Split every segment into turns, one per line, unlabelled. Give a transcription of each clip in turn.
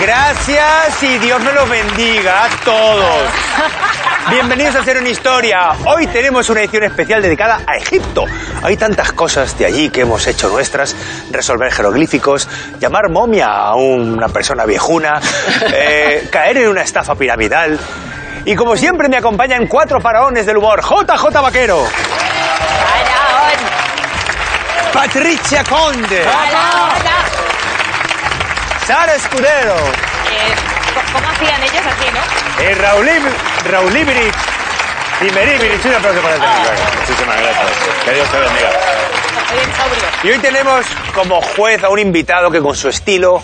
gracias y Dios me los bendiga a todos. Bienvenidos a Hacer una Historia. Hoy tenemos una edición especial dedicada a Egipto. Hay tantas cosas de allí que hemos hecho nuestras. Resolver jeroglíficos, llamar momia a una persona viejuna, eh, caer en una estafa piramidal. Y como siempre me acompañan cuatro faraones del humor. JJ Vaquero. Patricia Conde. Sara Escudero.
Eh,
¿Cómo hacían ellos así, no?
Y Eh, Raúl, Ib- Raúl Ibirich. Y Meribirich. Un aplauso para el
Ah.
técnico.
Muchísimas gracias. Que Dios te bendiga.
Bien sobrio.
Y hoy tenemos como juez a un invitado que con su estilo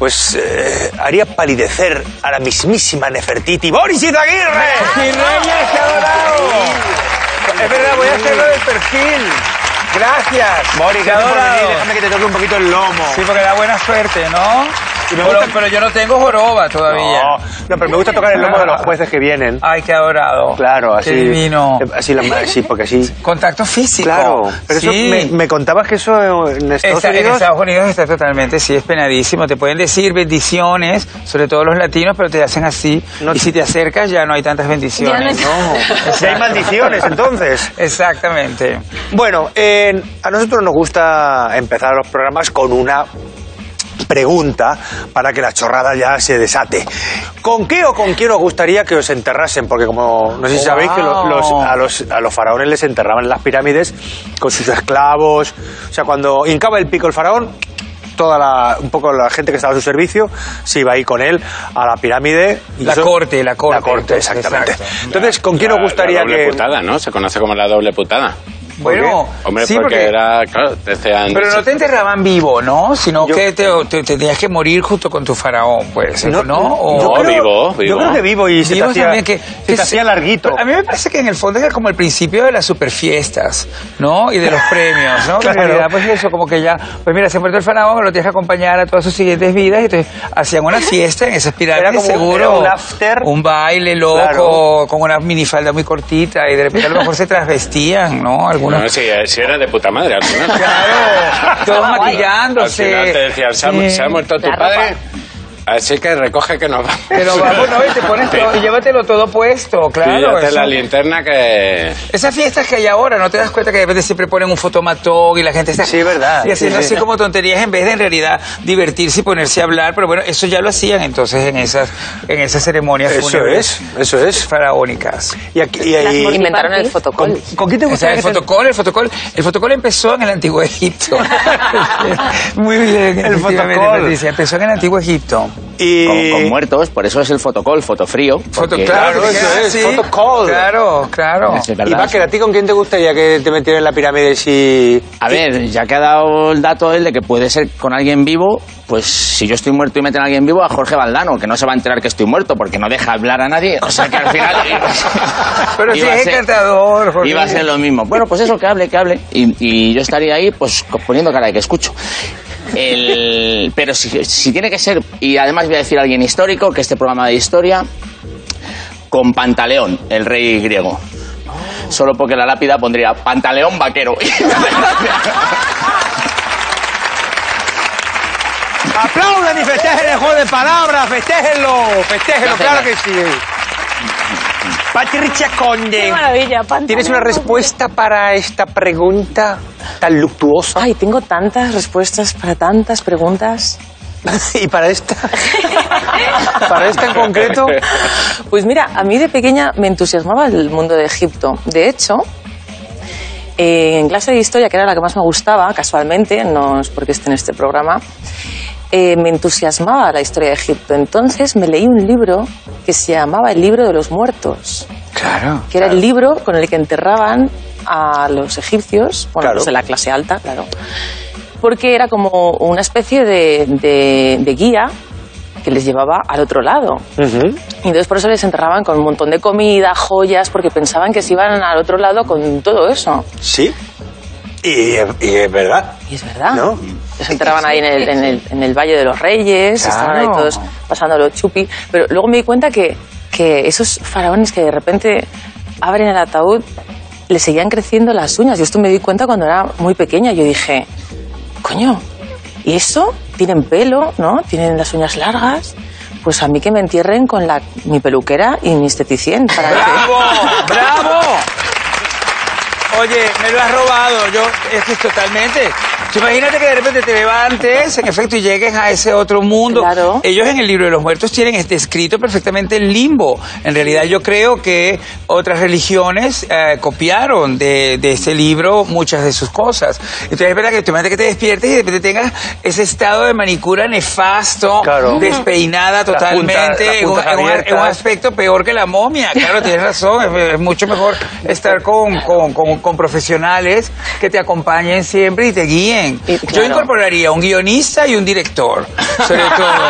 pues eh, haría palidecer a la mismísima Nefertiti, Boris Izaguirre.
Reyes,
Es verdad, voy a hacerlo de perfil. Gracias. Boris, gracias por
adorado.
venir. Déjame que te toque un poquito el lomo.
Sí, porque da buena suerte, ¿no?
me
pero,
gusta-
pero yo no tengo joroba todavía.
No, no, pero me gusta tocar el lomo de los jueces que vienen.
Ay, qué adorado.
Claro, así.
Ah, Qué divino.
Así, la, así, porque así.
Contacto físico.
Claro, pero eso,
Sí.
me, me contabas que eso en Estados
Está- en
Unidos.
Estados Unidos está totalmente, sí, es penadísimo. Te pueden decir bendiciones, sobre todo los latinos, pero te hacen así.
No
y
te-
si te acercas ya no hay tantas bendiciones.
Ya no
No, si hay maldiciones, entonces.
Exactamente.
Bueno, eh, a nosotros nos gusta empezar los programas con una pregunta para que la chorrada ya se desate. ¿Con qué o con quién os gustaría que os enterrasen? Porque como no sé si sabéis que lo- los, a, los, a los faraones les enterraban en las pirámides con sus esclavos. O sea, cuando hincaba el pico el faraón, toda la, un poco la gente que estaba a su servicio se iba ahí con él a la pirámide. y
La corte, la corte.
La corte, exactamente.
Exacto.
Entonces, ¿con quién os
La-
gustaría
la doble
que...?
putada, ¿no? Se conoce como la doble putada.
Bueno,
Hombre,
sí,
porque,
porque
era, claro, te hacían-
Pero no te enterraban vivo, ¿no? Sino
Yo- eh,
que te, te- te tenías que morir justo con tu faraón, pues, ¿no? O-
yo
No,
creo-
vivo,
Yo
vivo.
creo que vivo y se te
Digo
hacía,
también que,
se
que
te hacía larguito.
A mí me parece que en el fondo era como el principio de las superfiestas, ¿no? Y de los premios, ¿no? Que
Claro.
En realidad, pues eso, como que ya, pues mira, se muerto el faraón, lo tienes que acompañar a todas sus siguientes vidas, y entonces hacían una fiesta en esas
Era
pirámides,
como un-
seguro.
era un after.
Un baile loco,
Claro.
con una minifalda muy cortita, y de repente a lo mejor se trasvestían, ¿no? Algunos.
No, si, eh, si era de puta madre al final.
Claro, todos
Guay.
maquillándose.
Al final te decían, se ha,
Sí.
se ha muerto tu
La
padre,
ropa.
así que recoge que nos vamos.
Pero vamos, ¿no? Y te pones todo, y llévatelo todo puesto, claro.
Píllate la
eso.
linterna que...
Esas fiestas que hay ahora, ¿no te das cuenta que de repente siempre ponen un fotomatón y la gente está...
Sí, es verdad.
Y haciendo
Sí, sí.
así como tonterías en vez de en realidad divertirse y ponerse a hablar, pero bueno, eso ya lo hacían entonces en esas, en esas ceremonias
Eso
fúnebres
es, eso es.
faraónicas.
Y aquí, y ahí-
Inventaron el
¿con,
fotocol.
con quién te
O sea,
gustaría
el
que te-
fotocol, el fotocol, el fotocol empezó en el antiguo Egipto. Muy bien,
El
efectivamente,
fotocol.
Patricia, empezó en el antiguo Egipto.
y-
con, con muertos, por eso es el fotocol, fotofrío.
Eh, Foto,
porque-
Claro,
porque
eso
queda
es,
así.
fotocol.
Claro, claro.
Es verdad.
Y Baker, ¿a ti con quién te gustaría que te metieran en la pirámide si...?
A ver, ya que ha dado el dato él de que puede ser con alguien vivo, pues si yo estoy muerto y meten a alguien vivo, a Jorge Valdano, que no se va a enterar que estoy muerto porque no deja hablar a nadie. O sea que al final.
Pero sí
iba a
es
ser-
encantador, Jorge.
Iba a ser lo mismo. Bueno, pues eso, que hable, que hable. Y, y yo estaría ahí, pues co- poniendo cara de que escucho. El- pero si, si tiene que ser, y además voy a decir a alguien histórico, que este programa de historia, con Pantaleón, el rey griego. Solo porque la lápida pondría Pantaleón vaquero.
¡Aplaudan y festejen el juego de palabras! ¡Festéjenlo! ¡Festéjenlo!
Gracias,
¡Claro que sí! Patricia
Qué
Conde,
maravilla, pantalón.
¿tienes una respuesta para esta pregunta tan luctuosa?
Ay, tengo tantas respuestas para tantas preguntas.
¿Y para esta? ¿Para esta en concreto?
Pues mira, a mí de pequeña me entusiasmaba el mundo de Egipto. De hecho, eh, en clase de historia, que era la que más me gustaba, casualmente, no es porque esté en este programa, eh, me entusiasmaba la historia de Egipto. Entonces me leí un libro que se llamaba El libro de los muertos.
Claro.
que era el libro con el que enterraban a los egipcios, bueno,
Claro.
los de la clase alta, claro, porque era como una especie de, de- de guía que les llevaba al otro lado. Y entonces por eso les enterraban con un montón de comida, joyas, porque pensaban que se iban al otro lado con todo eso.
Sí. Y, y es verdad.
Y es verdad.
¿No?
Los enterraban ahí en el, en el- en el Valle de los Reyes, estaban ahí
Claro.
todos pasándolo chupi. Pero luego me di cuenta que, que esos faraones que de repente abren el ataúd, le seguían creciendo las uñas. Yo esto me di cuenta cuando era muy pequeña. Yo dije, coño, ¿y eso? Tienen pelo, ¿no? Tienen las uñas largas. Pues a mí que me entierren con la, mi peluquera y mi esteticien. Para que...
¡Bravo! ¡Bravo! Oye, me lo has robado. Yo, es que totalmente. Tú Imagínate que de repente te levantes, en efecto, y llegues a ese otro mundo.
Claro.
Ellos en el libro de los muertos tienen este escrito perfectamente el limbo. En realidad yo creo que otras religiones eh, copiaron de, de este libro muchas de sus cosas. Entonces es verdad que tú imagínate que te despiertes y de repente tengas ese estado de manicura nefasto,
Claro.
despeinada
puntas- las
totalmente, en un-
puntas
en un- en un
abiertas.
aspecto peor que la momia. Claro, tienes razón. Es, es mucho mejor estar con, con- con- con profesionales que te acompañen siempre y te guíen.
Y-
Yo
claro.
incorporaría un guionista y un director, sobre todo.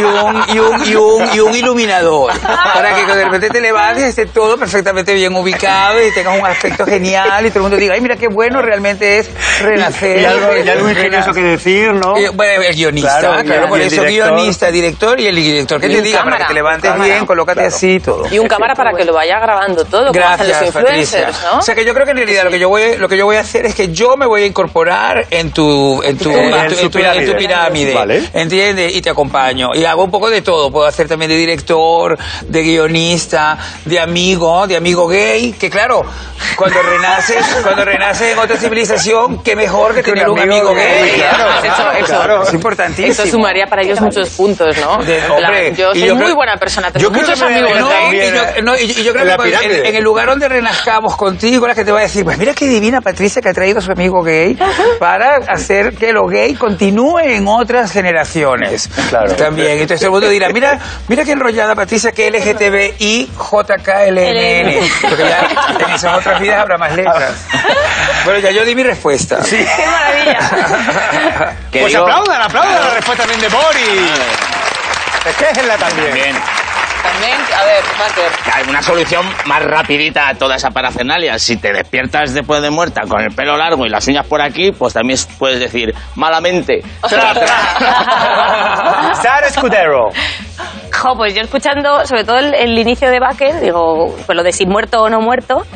Y un, y un, y un, y un iluminador. Para que de repente te levantes y esté todo perfectamente bien ubicado y tengas un aspecto genial y todo el mundo diga, ay, mira qué bueno realmente es renacer.
Y algo, y algo ingenioso que decir, ¿no?
Eh, bueno, el guionista,
Claro,
claro,
guion-
por
y el
eso
director.
guionista, director y el director que
Y
te
un
diga para
cámara,
que te levantes
un
bien,
cámara.
colócate así y todo.
Y un cámara para que lo vaya grabando todo, como hacen los
Gracias, Patricia.
influencers, ¿no?
O sea que yo creo que en realidad lo que yo voy lo que yo voy a hacer es que yo me voy a incorporar en tu en tu,
En
en tu,
su
en tu-
pirámide.
en tu pirámide,
Vale.
¿entiendes? Y te acompaño y hago un poco de todo. Puedo hacer también de director, de guionista, de amigo, de amigo gay. Que claro, cuando renaces cuando renaces en otra civilización, qué mejor que tener un amigo, gay.
claro,
Has hecho
claro,
eso.
claro.
Es importantísimo.
Eso sumaría para ellos muchos puntos, ¿no?
De-
En
hombre,
plan, yo
y
soy
yo
muy
creo-
buena persona, tengo
yo creo
muchos
que me-
amigos
no,
gays.
y yo, no, y- y yo creo
En la
que en,
pirámide.
en el lugar donde renazcamos contigo, la gente va a decir, pues mira qué divina Patricia que ha traído a su amigo gay para hacer que lo gay continúe en otras generaciones.
Claro.
También. Entonces el mundo dirá, mira, mira qué enrollada Patricia que LGTBI JKLNN. Porque ya en esas otras vidas habrá más letras. Bueno, ya yo di mi respuesta. Sí.
¡Qué maravilla!
Que
Pues
digo-
aplaudan, aplaudan la respuesta también de Boris. Esquéjenla también.
Bien.
También, a ver, Pater,
Hay una solución más rapidita a toda esa parafernalia. Si te despiertas después de muerta con el pelo largo y las uñas por aquí, pues también puedes decir malamente. Tra, tra.
Sara Escudero.
Jo, pues yo escuchando sobre todo el, el inicio de Baker, digo, pues lo de si muerto o no muerto,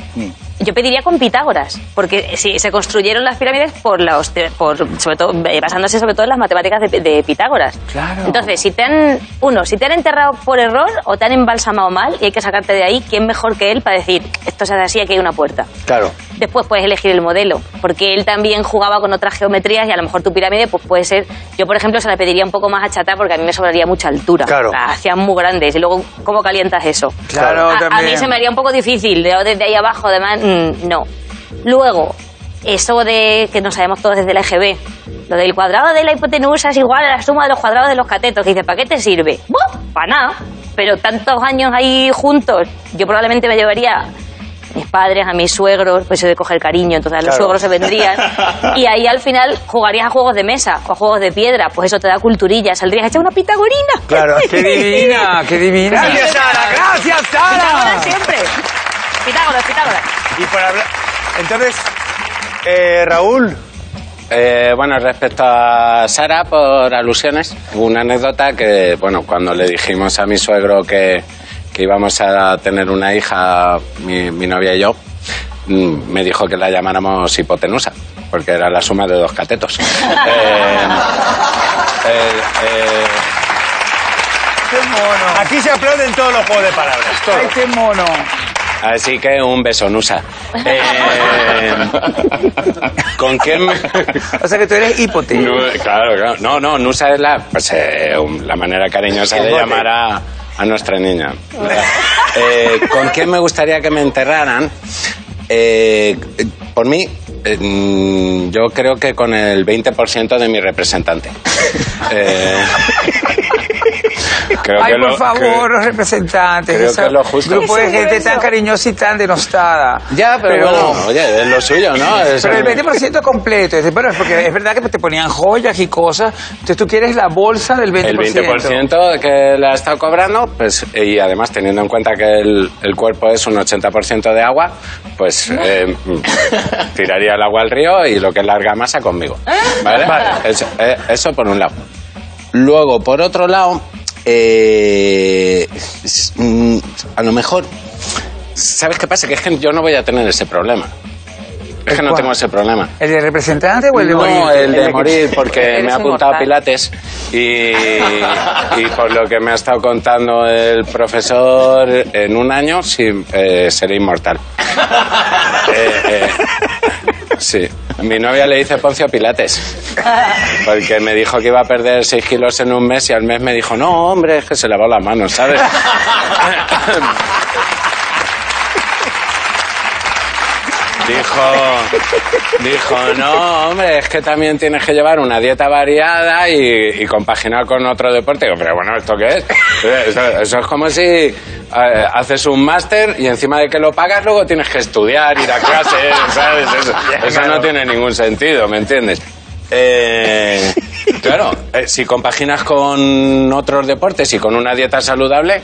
yo pediría con Pitágoras, porque si se construyeron las pirámides por los, te- por, sobre todo, eh, basándose sobre todo en las matemáticas de, de Pitágoras.
Claro.
Entonces, si te han, uno, si te han enterrado por error o te han embalsamado mal y hay que sacarte de ahí, ¿quién mejor que él para decir, esto se hace así, aquí hay una puerta?
Claro.
Después puedes elegir el modelo, porque él también jugaba con otras geometrías y a lo mejor tu pirámide pues puede ser, yo por ejemplo se la pediría un poco más achata porque a mí me sobraría mucha altura.
Claro.
La hacían muy grandes y luego ¿cómo calientas eso?
Claro,
a, a
también.
mí se me haría un poco difícil, de- desde ahí abajo además mm, no. Luego, eso de que no sabemos todos desde la EGB, lo del cuadrado de la hipotenusa es igual a la suma de los cuadrados de los catetos, que dice, ¿para qué te sirve? Para nada, pero tantos años ahí juntos, yo probablemente me llevaría mis padres, a mis suegros, pues eso de coger cariño, entonces a los
Claro.
suegros se vendrían. Y ahí al final jugarías a juegos de mesa o a juegos de piedra, pues eso te da culturilla, saldrías hecha una pitagorina.
Claro.
Qué divina, qué divina.
Gracias, Sara. Gracias,
Pitágoras
Sara.
siempre. Pitágoras, Pitágoras.
Y por hablar. Entonces, eh, Raúl.
Eh, bueno, respecto a Sara, por alusiones, hubo una anécdota que, bueno, cuando le dijimos a mi suegro que, que íbamos a tener una hija, mi, mi novia y yo, mm, me dijo que la llamáramos hipotenusa, porque era la suma de dos catetos. Eh, eh, eh,
Qué mono.
Aquí se aplauden todos los juegos de palabras. todos.
Ay, qué mono.
Así que un beso, Nusa. Eh, ¿Con quién? me-
O sea que tú eres hipote.
No, claro, claro. No, no, Nusa es la, pues, eh, un- la manera cariñosa de llamar a, a nuestra niña. Eh, ¿Con quién me gustaría que me enterraran? Eh, eh, por mí, eh, mm, yo creo que con el 20% de mi representante. Eh, creo
Ay,
que
por
lo-
favor,
que-
los representantes.
creo
esa
que es lo justo.
Grupo de gente tan cariñosa y tan denostada.
ya, pero, bueno, oye, es lo suyo, ¿no? Es-
Pero el 20% completo. Es decir, Bueno, es porque es verdad que te ponían joyas y cosas. Entonces tú quieres la bolsa del 20%.
El 20% que le ha estado cobrando, pues, y además teniendo en cuenta que el, el cuerpo es un 80% de agua, pues eh, mm, tiraría el agua al río y lo que es larga masa conmigo. ¿Vale? Eso, eh, eso por un lado. Luego, por otro lado, eh, s- mm, a lo mejor, ¿sabes qué pasa? Que es que yo no voy a tener ese problema. Es que no
cuál?
tengo ese problema.
¿El de representante o el de
No,
morir?
el
El
de
que-
morir, porque
Eres
me ha apuntado a
inmortal.
Pilates y, y por lo que me ha estado contando el profesor, en un año sí, eh, seré inmortal. Eh, eh, sí, mi novia le dice Poncio Pilates, porque me dijo que iba a perder 6 kilos en un mes y al mes me dijo, no, hombre, es que se lavó la mano, ¿sabes? Dijo, dijo, no, hombre, es que también tienes que llevar una dieta variada y, y compaginar con otro deporte. Digo, pero bueno, ¿esto qué es? Eso, eso es como si eh, haces un máster y encima de que lo pagas luego tienes que estudiar, ir a clases, ¿sabes? Eso, eso no tiene ningún sentido, ¿me entiendes? Eh, claro, eh, si compaginas con otros deportes y con una dieta saludable,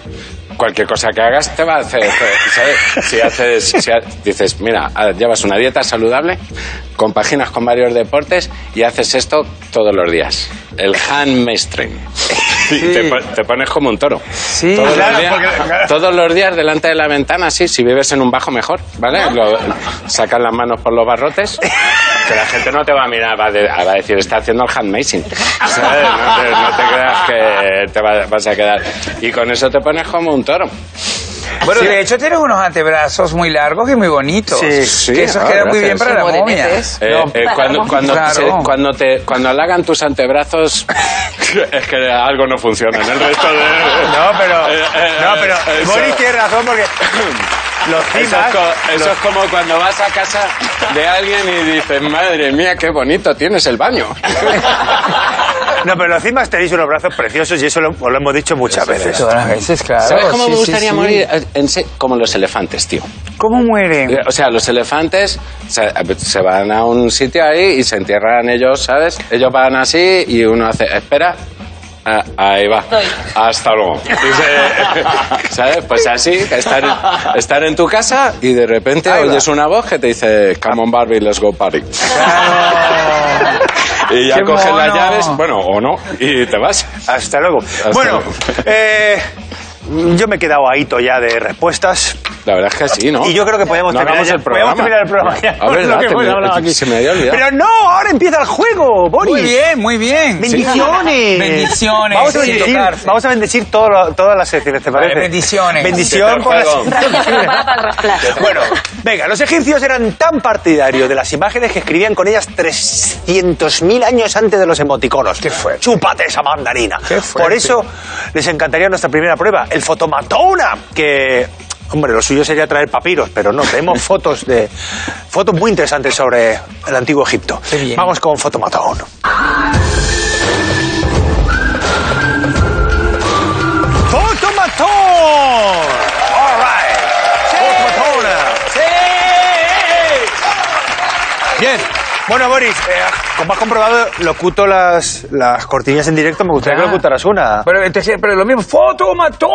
cualquier cosa que hagas te va a hacer. te- ¿sabes? Si haces, si ha- dices, mira, ah, llevas una dieta saludable, compaginas con varios deportes y haces esto todos los días. El handmestring. Y Te, po- te pones como un toro.
Sí,
todos,
claro,
los días,
porque- claro.
todos los días delante de la ventana, sí, si vives en un bajo mejor, ¿vale? Lo- sacas las manos por los barrotes, que la gente no te va a mirar, va a, de- va a decir, está haciendo el handmazing. ¿sabes? No, te, no te creas que te va- vas a quedar. Y con eso te pones como un toro.
Bueno, de hecho tienes unos antebrazos muy largos y muy bonitos.
Sí,
sí,
Que esos
ah,
quedan muy bien
gracias.
para la
Son
momia.
morenetes.
Eh,
No,
eh, cuando, cuando,
Claro.
se- cuando, te, cuando halagan tus antebrazos, es que algo no funciona en el resto de...
No, pero.
Eh, eh,
No, pero.
eso.
Boris tiene razón porque. Los
Eso es,
cimas.
co- eso es como cuando vas a casa de alguien y dices, madre mía, qué bonito tienes el baño.
No, pero los cimas tenéis unos brazos preciosos y eso lo, os lo hemos dicho muchas veces.
Todas las pues, veces, claro.
¿Sabes cómo
sí,
me
sí,
gustaría
sí.
morir? Eh, en se- como los elefantes, tío.
¿Cómo mueren?
Eh, O sea, los elefantes se, se van a un sitio ahí y se entierran ellos, ¿sabes? Ellos van así y uno hace, espera. Ah, ahí va.
Estoy.
Hasta luego. Y se- ¿Sabes? Pues así, estar, en- estar en tu casa y de repente
Ahí va.
oyes una voz que te dice, come on Barbie, let's go party.
Claro.
Y ya
¡Qué
coges
mono!
las llaves, bueno, o no, y te vas.
Hasta luego. bueno,
luego.
eh, yo me he quedado ahito ya de respuestas.
La verdad es que sí, ¿no?
Y yo creo que podemos
No
terminar
hagamos
ya-
el programa.
Podemos terminar el programa ya.
A
Lo
ver,
que
date,
hemos
me-
hablado aquí.
se me había olvidado.
Pero no, ahora empieza el juego, Boris.
Muy bien, muy bien.
Bendiciones.
Bendiciones,
Vamos a
sin
bendecir,
tocarse.
vamos a bendecir todo lo- todas las secciones, ¿te parece?
bendiciones.
Bendición por las-
Juego.
Bueno, venga, los egipcios eran tan partidarios de las imágenes que escribían con ellas 300.000 años antes de los emoticonos.
Qué fuerte.
Chúpate esa mandarina.
Qué fuerte.
Por eso les encantaría nuestra primera prueba, el fotomatona, que... Hombre, lo suyo sería traer papiros, pero no, tenemos fotos de fotos muy interesantes sobre el antiguo Egipto.
Qué bien.
Vamos con fotomatón. Fotomatón. All right. Fotomatona. Bien. Bueno, Boris, eh, como has comprobado, locuto las, las cortinillas en directo. Me gustaría que
Ah.
locutaras una.
Pero, entonces, pero lo mismo, foto matón.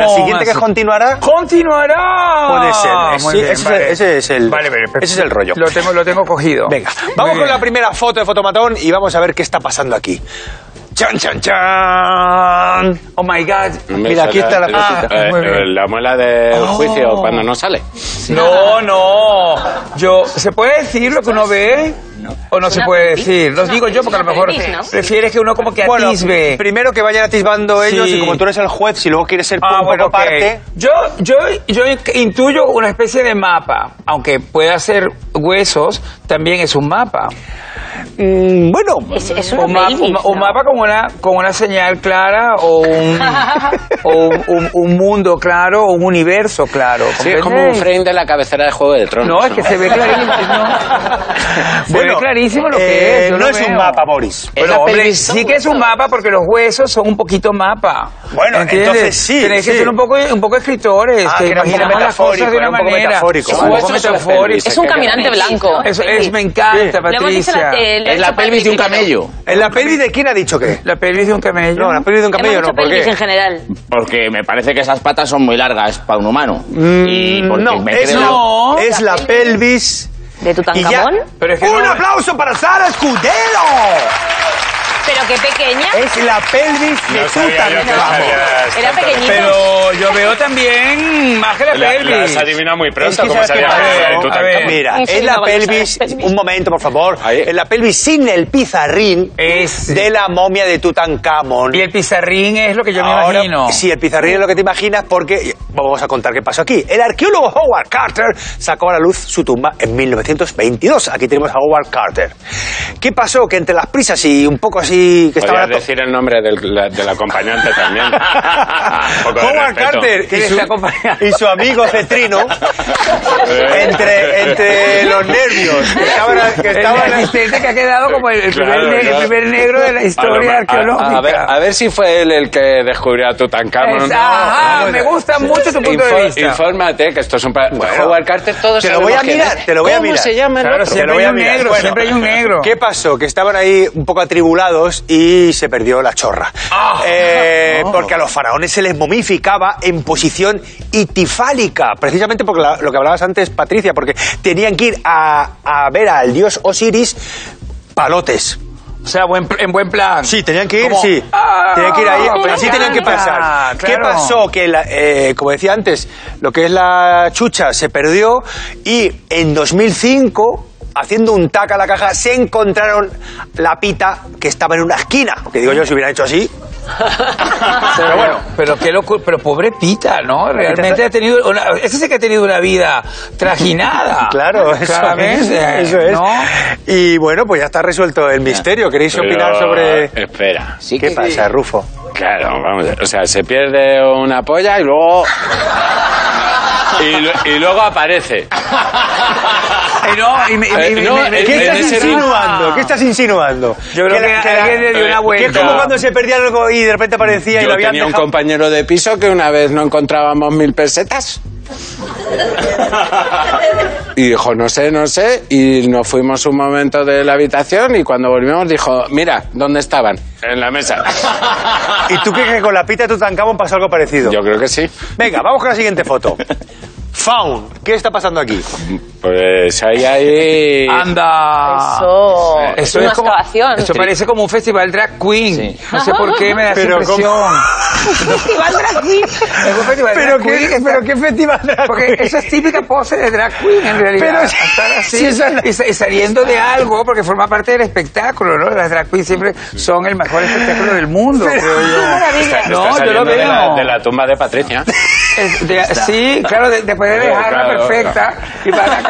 La siguiente que continuará
continuará. Ah,
puede ser.
Muy
Sí,
bien,
ese,
vale.
es el, ese es el-
Vale, vale, perfecto.
ese es el rollo.
Lo tengo, lo tengo cogido.
Venga,
Muy
vamos con
bien.
la primera foto de Fotomatón y vamos a ver qué está pasando aquí. ¡Chan, chan, chan!
Oh my God.
Me
Mira, aquí
sale
está la
el-
cosita.
eh,
Muy bien. Oh.
eh, la muela del juicio cuando no sale.
No, no. Yo, ¿se puede decir lo que uno ve? ¿O no
Es
se
una
puede
aprendiz.
decir? Los
Es
digo
una
yo porque a lo mejor
aprendiz, ¿no?
prefieres que uno como que
Bueno,
atisbe.
primero que vayan atisbando ellos
Sí.
y como tú eres el juez, si luego quieres ser
Ah,
como
bueno, ok.
parte...
Yo, yo, yo intuyo una especie de mapa, aunque pueda ser huesos, también es un mapa.
Mm, bueno,
Es, es
Un,
una
ma-
baby,
un ma- un
¿no?
mapa con una, con una señal clara o un, o un, un- un mundo claro o un universo claro.
Sí, es como un
¿comprendéis?
frame de la cabecera de Juego de Tronos.
No, es que se ve clarísimo. no. Se ve clarísimo lo que
eh,
es. yo
no
lo
es un
veo.
mapa, Boris.
Es
Bueno,
la
hombre,
pelvis-
sí que es un mapa porque los huesos son un poquito mapa.
Bueno, entonces sí,
Tenéis
sí.
que ser un poco, un poco escritores,
Ah,
que
que era un poco
imaginamos las cosas de
metafórico, era
una
un poco
manera.
metafórico,
Un
vale.
poco
Huesos son las
metafórico.
pelvis.
Es un caminante blanco.
Eso es, me encanta,
Le hemos dicho la
Patricia.
tele,
Es la pelvis de un camello.
¿En la peli de quién ha dicho qué?
La pelvis de un camello.
No, la peli de un
Hemos
camello
dicho
no, ¿por
pelvis
qué?
en general.
Porque me parece que esas patas son muy largas para un humano. y porque
no,
me
es
creo-
la,
Mm, No.
es la pelvis.
¿De
y ya.
Tutankamón?
Pero es que eh.
¡Un
no-
aplauso para Sara Escudero!
Pero qué pequeña.
Eh,
Es la pelvis de
No sabía yo que
Tutankamón.
sabías
Era
tanto.
pequeñito.
Pero yo veo también más que la,
La,
pelvis.
la has adivinado muy
Es
pronto
que
cómo
sabes
sabías eh,
qué
que
pasa,
era de
¿no?
tú
A
Tutankamón.
ver,
también.
Mira,
En fin,
en la
no vamos a ver
pelvis,
pelvis.
un momento por favor,
Ahí.
en la pelvis sin el pizarrín
Es-
de la momia de Tutankamón.
Y el pizarrín es lo que yo
Ahora,
me imagino.
Sí, el pizarrín es lo que te imaginas porque vamos a contar qué pasó aquí. El arqueólogo Howard Carter sacó a la luz su tumba en 1922. Aquí tenemos a Howard Carter. ¿Qué pasó? Que entre las prisas y un poco así que estaba
Podrías decir el nombre del, la- del acompañante también. Un poco de
Howard
respeto.
Carter y
¿Quién
su,
está acompañando?
y su amigo Cetrino,
Eh.
entre, entre los nervios que estaban, que
El
estaban-
asistente que ha quedado como el, el
Claro,
primer, ne- el
claro.
primer negro de la
A lo
historia
ma- a-
arqueológica.
A, ver, a ver si fue él el que descubrió a Tutankamón.
Es- ajá,
No,
me
no.
gusta mucho tu punto
Info-
de vista.
Infórmate que esto es un... pa-
Bueno.
Howard Carter, todos
Te lo
sabemos
voy a
quién
mirar,
es.
te lo voy a
¿Cómo
mirar.
se llama el
Claro,
otro?
Te lo
siempre
voy
hay
a
un
mirar.
negro,
Bueno,
siempre hay un negro.
¿Qué pasó? Que estaban ahí un poco atribulados y se perdió la chorra.
Ah.
Eh,
Oh.
Porque a los faraones se les momificaba en posición itifálica, precisamente porque la- lo que hablabas antes, Patricia, porque tenían que ir a, a ver al dios Osiris palotes.
O sea, buen, en buen plan.
Sí, tenían que ir,
Como,
sí.
ah,
tenían que ir ahí,
me
así tenían que
encanta,
pasar. ¿Qué
claro.
pasó? Que, la- eh, como decía antes, lo que es la chucha se perdió y en 2005, haciendo un tac a la caja, se encontraron la pita que estaba en una esquina. Que digo yo, si hubieran hecho así,
Pero bueno, pero qué locura, pero pobre Pita, ¿no? Realmente ha tenido una, ese sí que ha tenido una vida trajinada.
Claro, eso
Ah, Claramente,
es. Eso es.
¿no?
Y bueno, pues ya está resuelto el misterio. ¿Queréis
Pero, eh,
opinar sobre...?
Espera.
Sí
¿Qué
que-
pasa, Rufo?
Claro, vamos. a ver. O sea, se pierde una polla y luego. Y, lu- y luego aparece.
Y no, y me- y me-
Eh,
y me-
no,
me- me-
eh,
¿Qué
en
estás
ese-
insinuando? ¿Qué estás insinuando?
Yo creo que alguien le dio una
que
Que
vuelta.
es como cuando se perdía algo y de repente aparecía y lo
Yo
habían
tenía un
dejado.
compañero de piso que una vez no encontrábamos mil pesetas. Y dijo, no sé, no sé. Y nos fuimos un momento de la habitación y cuando volvimos dijo, mira, ¿dónde estaban? En la mesa.
¿Y tú crees que con la pita de Tutankamón pasó algo parecido?
Yo creo que sí.
Venga, vamos con la siguiente foto. Faun, ¿qué está pasando aquí?
Pues ahí, ahí.
Anda.
Eso,
Eh,
es una excavación.
Eso parece como un festival drag queen.
Sí.
No sé por qué me da esa
Pero ¿cómo?
impresión.
Festival drag queen.
Es un festival
¿Pero
drag
qué,
queen que está-
pero qué festival drag
Porque
queen?
esa es típica pose de drag queen, en realidad.
Pero si-
Estar así
si esa-
y, sa- y saliendo de algo, porque forma parte del espectáculo, ¿no? Las drag queens siempre son el mejor espectáculo del mundo, creo yo.
Está
no, yo lo
saliendo
veo.
De la, de la tumba de Patricia.
Es de- sí, claro, de, de poder
Sí,
dejarla
claro,
perfecta y para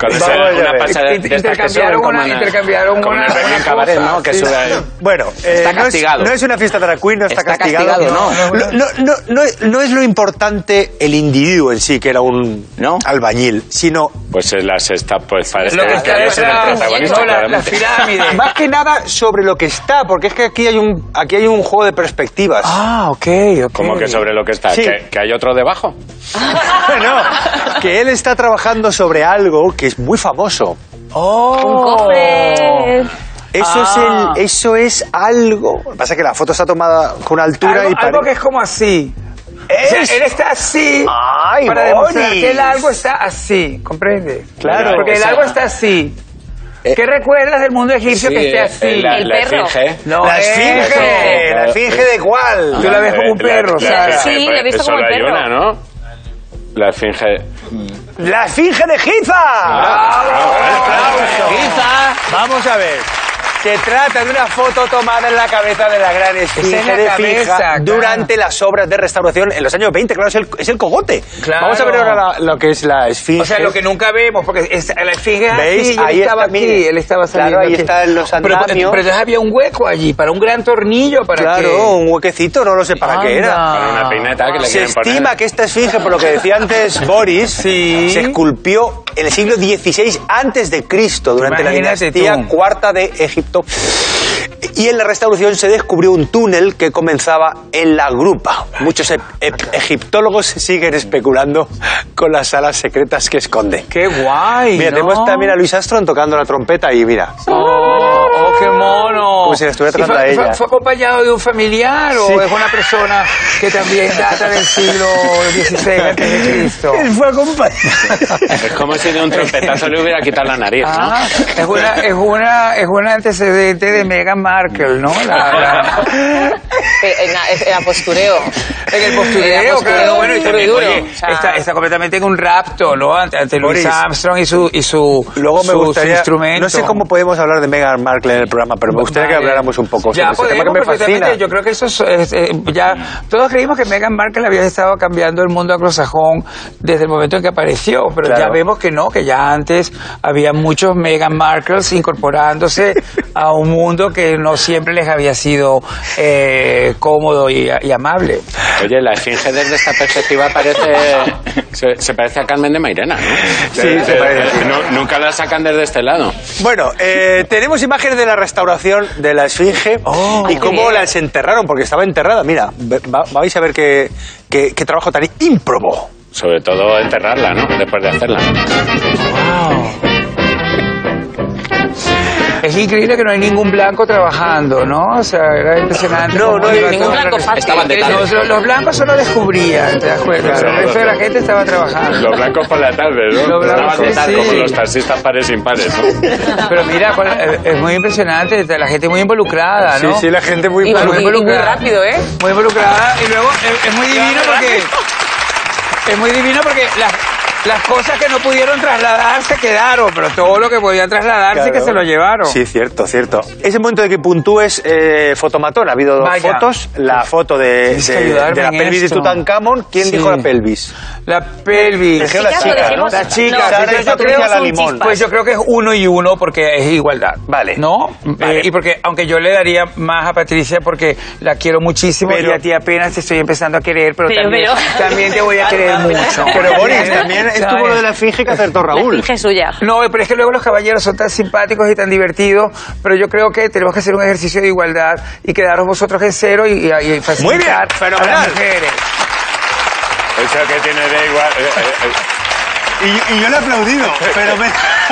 Con esa-
Vamos ya
una
ver.
pasada de
Inter-
estas que
intercambiaron
suben como
una-
en el-
intercambiaron
como
una-
en el Berlín
una
Cabaret,
cosa,
¿no? Que
sí.
sube ahí.
Bueno, eh,
Está
no es-
castigado.
No es, una fiesta drag queen, no está,
Está castigado, no.
No, no, no- no es lo importante el individuo en sí, que era un
No.
albañil, sino
Pues es la sexta, pues parece
Lo que
que
está
quería ser el
detrás,
protagonista,
no, la- las
claramente.
pirámides.
más que nada sobre lo que está, porque es que aquí hay un, aquí hay un juego de perspectivas.
Ah, ok, ok.
Como que sobre lo que está,
Sí.
que, que hay otro debajo.
No, que él está trabajando sobre algo que es muy famoso.
Oh.
Un cofre.
Eso
Ah.
es el, eso es algo. Lo que pasa es que la foto está tomada con altura
Algo,
y
algo
pare-
que es como así. O sea,
Es-
él está así
Ay,
para demostrar
Boris.
que el algo está así, ¿comprendes?
Claro.
Porque el
Esa-
algo está así.
Eh,
¿Qué recuerdas del mundo egipcio que esté
eh,
así?
eh, la,
El
la
perro.
esfinge.
No,
la esfinge,
eso.
la esfinge de cuál.
Tú la ves como un
Eh,
perro, Sara.
esfinge,
Sí,
pues,
la he visto
solo
como el
hay
perro.
una, ¿no? La esfinge.
La esfinge de Giza. Ah, Aplauso. Vamos a ver. Se trata de una foto tomada en la cabeza de la gran
Es en
esfinge
la
de
cabeza,
Fija
claro.
durante las obras de restauración en los años 20. Claro, es el, es el cogote.
Claro.
Vamos a ver ahora la- lo que es la esfinge.
O sea, lo que nunca vemos, porque es- la esfinge es
¿Veis?
así, y él
Ahí
estaba
está,
aquí,
mire.
él estaba
Claro,
saliendo
ahí
aquí.
está en los
Pero- Pero,
andamios.
entonces había un hueco allí, para un gran tornillo, para
Claro,
que...
un huequecito, no lo sé para qué era.
Anda.
Con una peineta que le
Se
quieren poner.
estima que esta esfinge, por lo que decía antes Boris,
Sí.
se esculpió en el siglo XVI antes de Cristo, durante
Imagínate
la dinastía
tú.
cuarta de Egipto. Y en la restauración se descubrió un túnel que comenzaba en la grupa. Muchos e- e- egiptólogos siguen especulando con las alas secretas que esconde.
¡Qué guay!
Mira,
¿no?
tenemos también a Luis Astron tocando la trompeta y mira.
Oh, oh, qué mono.
Como si la estuviera
¿Y fue-
tocando a
fue-
ella.
¿Fue acompañado de un familiar o
Sí.
es una persona que también data del siglo XVI antes de Cristo?
Él fue acompañado.
Es como si de un trompetazo le hubiera quitado la nariz, ¿no?
Ah, es una, es una, es un antecedente de Meghan Markle, ¿no? La- la-
Eh, Era postureo.
en el postureo,
postureo,
claro, bueno, y
duro,
también,
duro.
oye,
O sea-
está, está completamente en un rapto, ¿no? Ante, ante Louis
Boris,
Armstrong y su, y su,
Luego me
su- su
gustaría.
instrumento.
No sé cómo podemos hablar de Meghan Markle en el programa, pero me gustaría que
Vale.
habláramos un poco
ya,
sobre ese tema
podemos,
que me
perfectamente.
fascina.
Yo creo que eso es, es, eh, ya todos creímos que Meghan Markle había estado cambiando el mundo anglosajón desde el momento en que apareció, pero ya
Claro.
vemos que no, que ya antes había muchos Meghan Markles incorporándose a un mundo que no siempre les había sido eh, cómodo y- y amable.
Oye, la esfinge desde esta perspectiva parece. Se, se parece a Carmen de Mairena, ¿no? Eh,
Sí, se parece.
No- nunca la sacan desde este lado.
Bueno, eh, tenemos imágenes de la restauración de la Esfinge
Oh,
y cómo la enterraron, porque estaba enterrada. Mira, ve- va- vais a ver qué, qué- qué trabajo tan ímprobo.
Sobre todo enterrarla, ¿no? Después de hacerla.
Es increíble que no hay ningún blanco trabajando, ¿no? O sea, era impresionante.
No,
cómo
no hay
iba
ningún
todo
blanco
el-
fácil. Estaban de
Los- Los, los blancos solo descubrían, ¿te das cuenta?
Claro,
el resto de la
claro.
gente estaba trabajando.
Los blancos por la tarde, ¿no?
Los blancos,
Estaban de tal,
sí.
como los taxistas pares impares, ¿no?
Pero mira, con- eh, es muy impresionante, la gente muy involucrada, Ah, ¿no?
Sí, sí, la gente
Y,
muy.
y-
Muy
y muy
involucrada.
rápido, ¿eh?
Muy involucrada y luego eh, es, es muy divino porque... Es muy divino porque las, las cosas que no pudieron trasladarse quedaron, pero todo lo que podían trasladarse
Claro.
que se lo llevaron.
Sí, cierto, cierto. Ese momento de que puntúes eh, fotomatón, ha habido dos
Vaya.
fotos. La foto de,
Tienes que
de-
ayudarme
de la
en
pelvis
esto.
de Tutankamón. ¿Quién
Sí.
dijo la pelvis?
La pelvis.
Dijeron la
chicas lo
chica, ¿no?
dijimos-
La chica,
no,
Sara y
yo creo
Patricia
que es
la
un
limón.
chispa.
Pues yo creo que es uno y uno porque es igualdad.
Vale.
¿No?
Vale.
Eh, y porque, aunque yo le daría más a Patricia porque la quiero muchísimo
Pero-
y a ti apenas te estoy empezando a querer, pero,
Pero-
también,
pero-
también te voy a querer mucho.
Pero Boris, también estuvo lo de la Esfinge que acertó
La
Raúl.
esfinge es suya.
No, pero es que luego los caballeros son tan simpáticos y tan divertidos, pero yo creo que tenemos que hacer un ejercicio de igualdad y quedaros vosotros en cero y, y, y facilitar
Muy bien,
a las
fenomenal.
mujeres.
Eso que tiene de igual. eh, eh, eh,
Y, y yo le he aplaudido, pero me...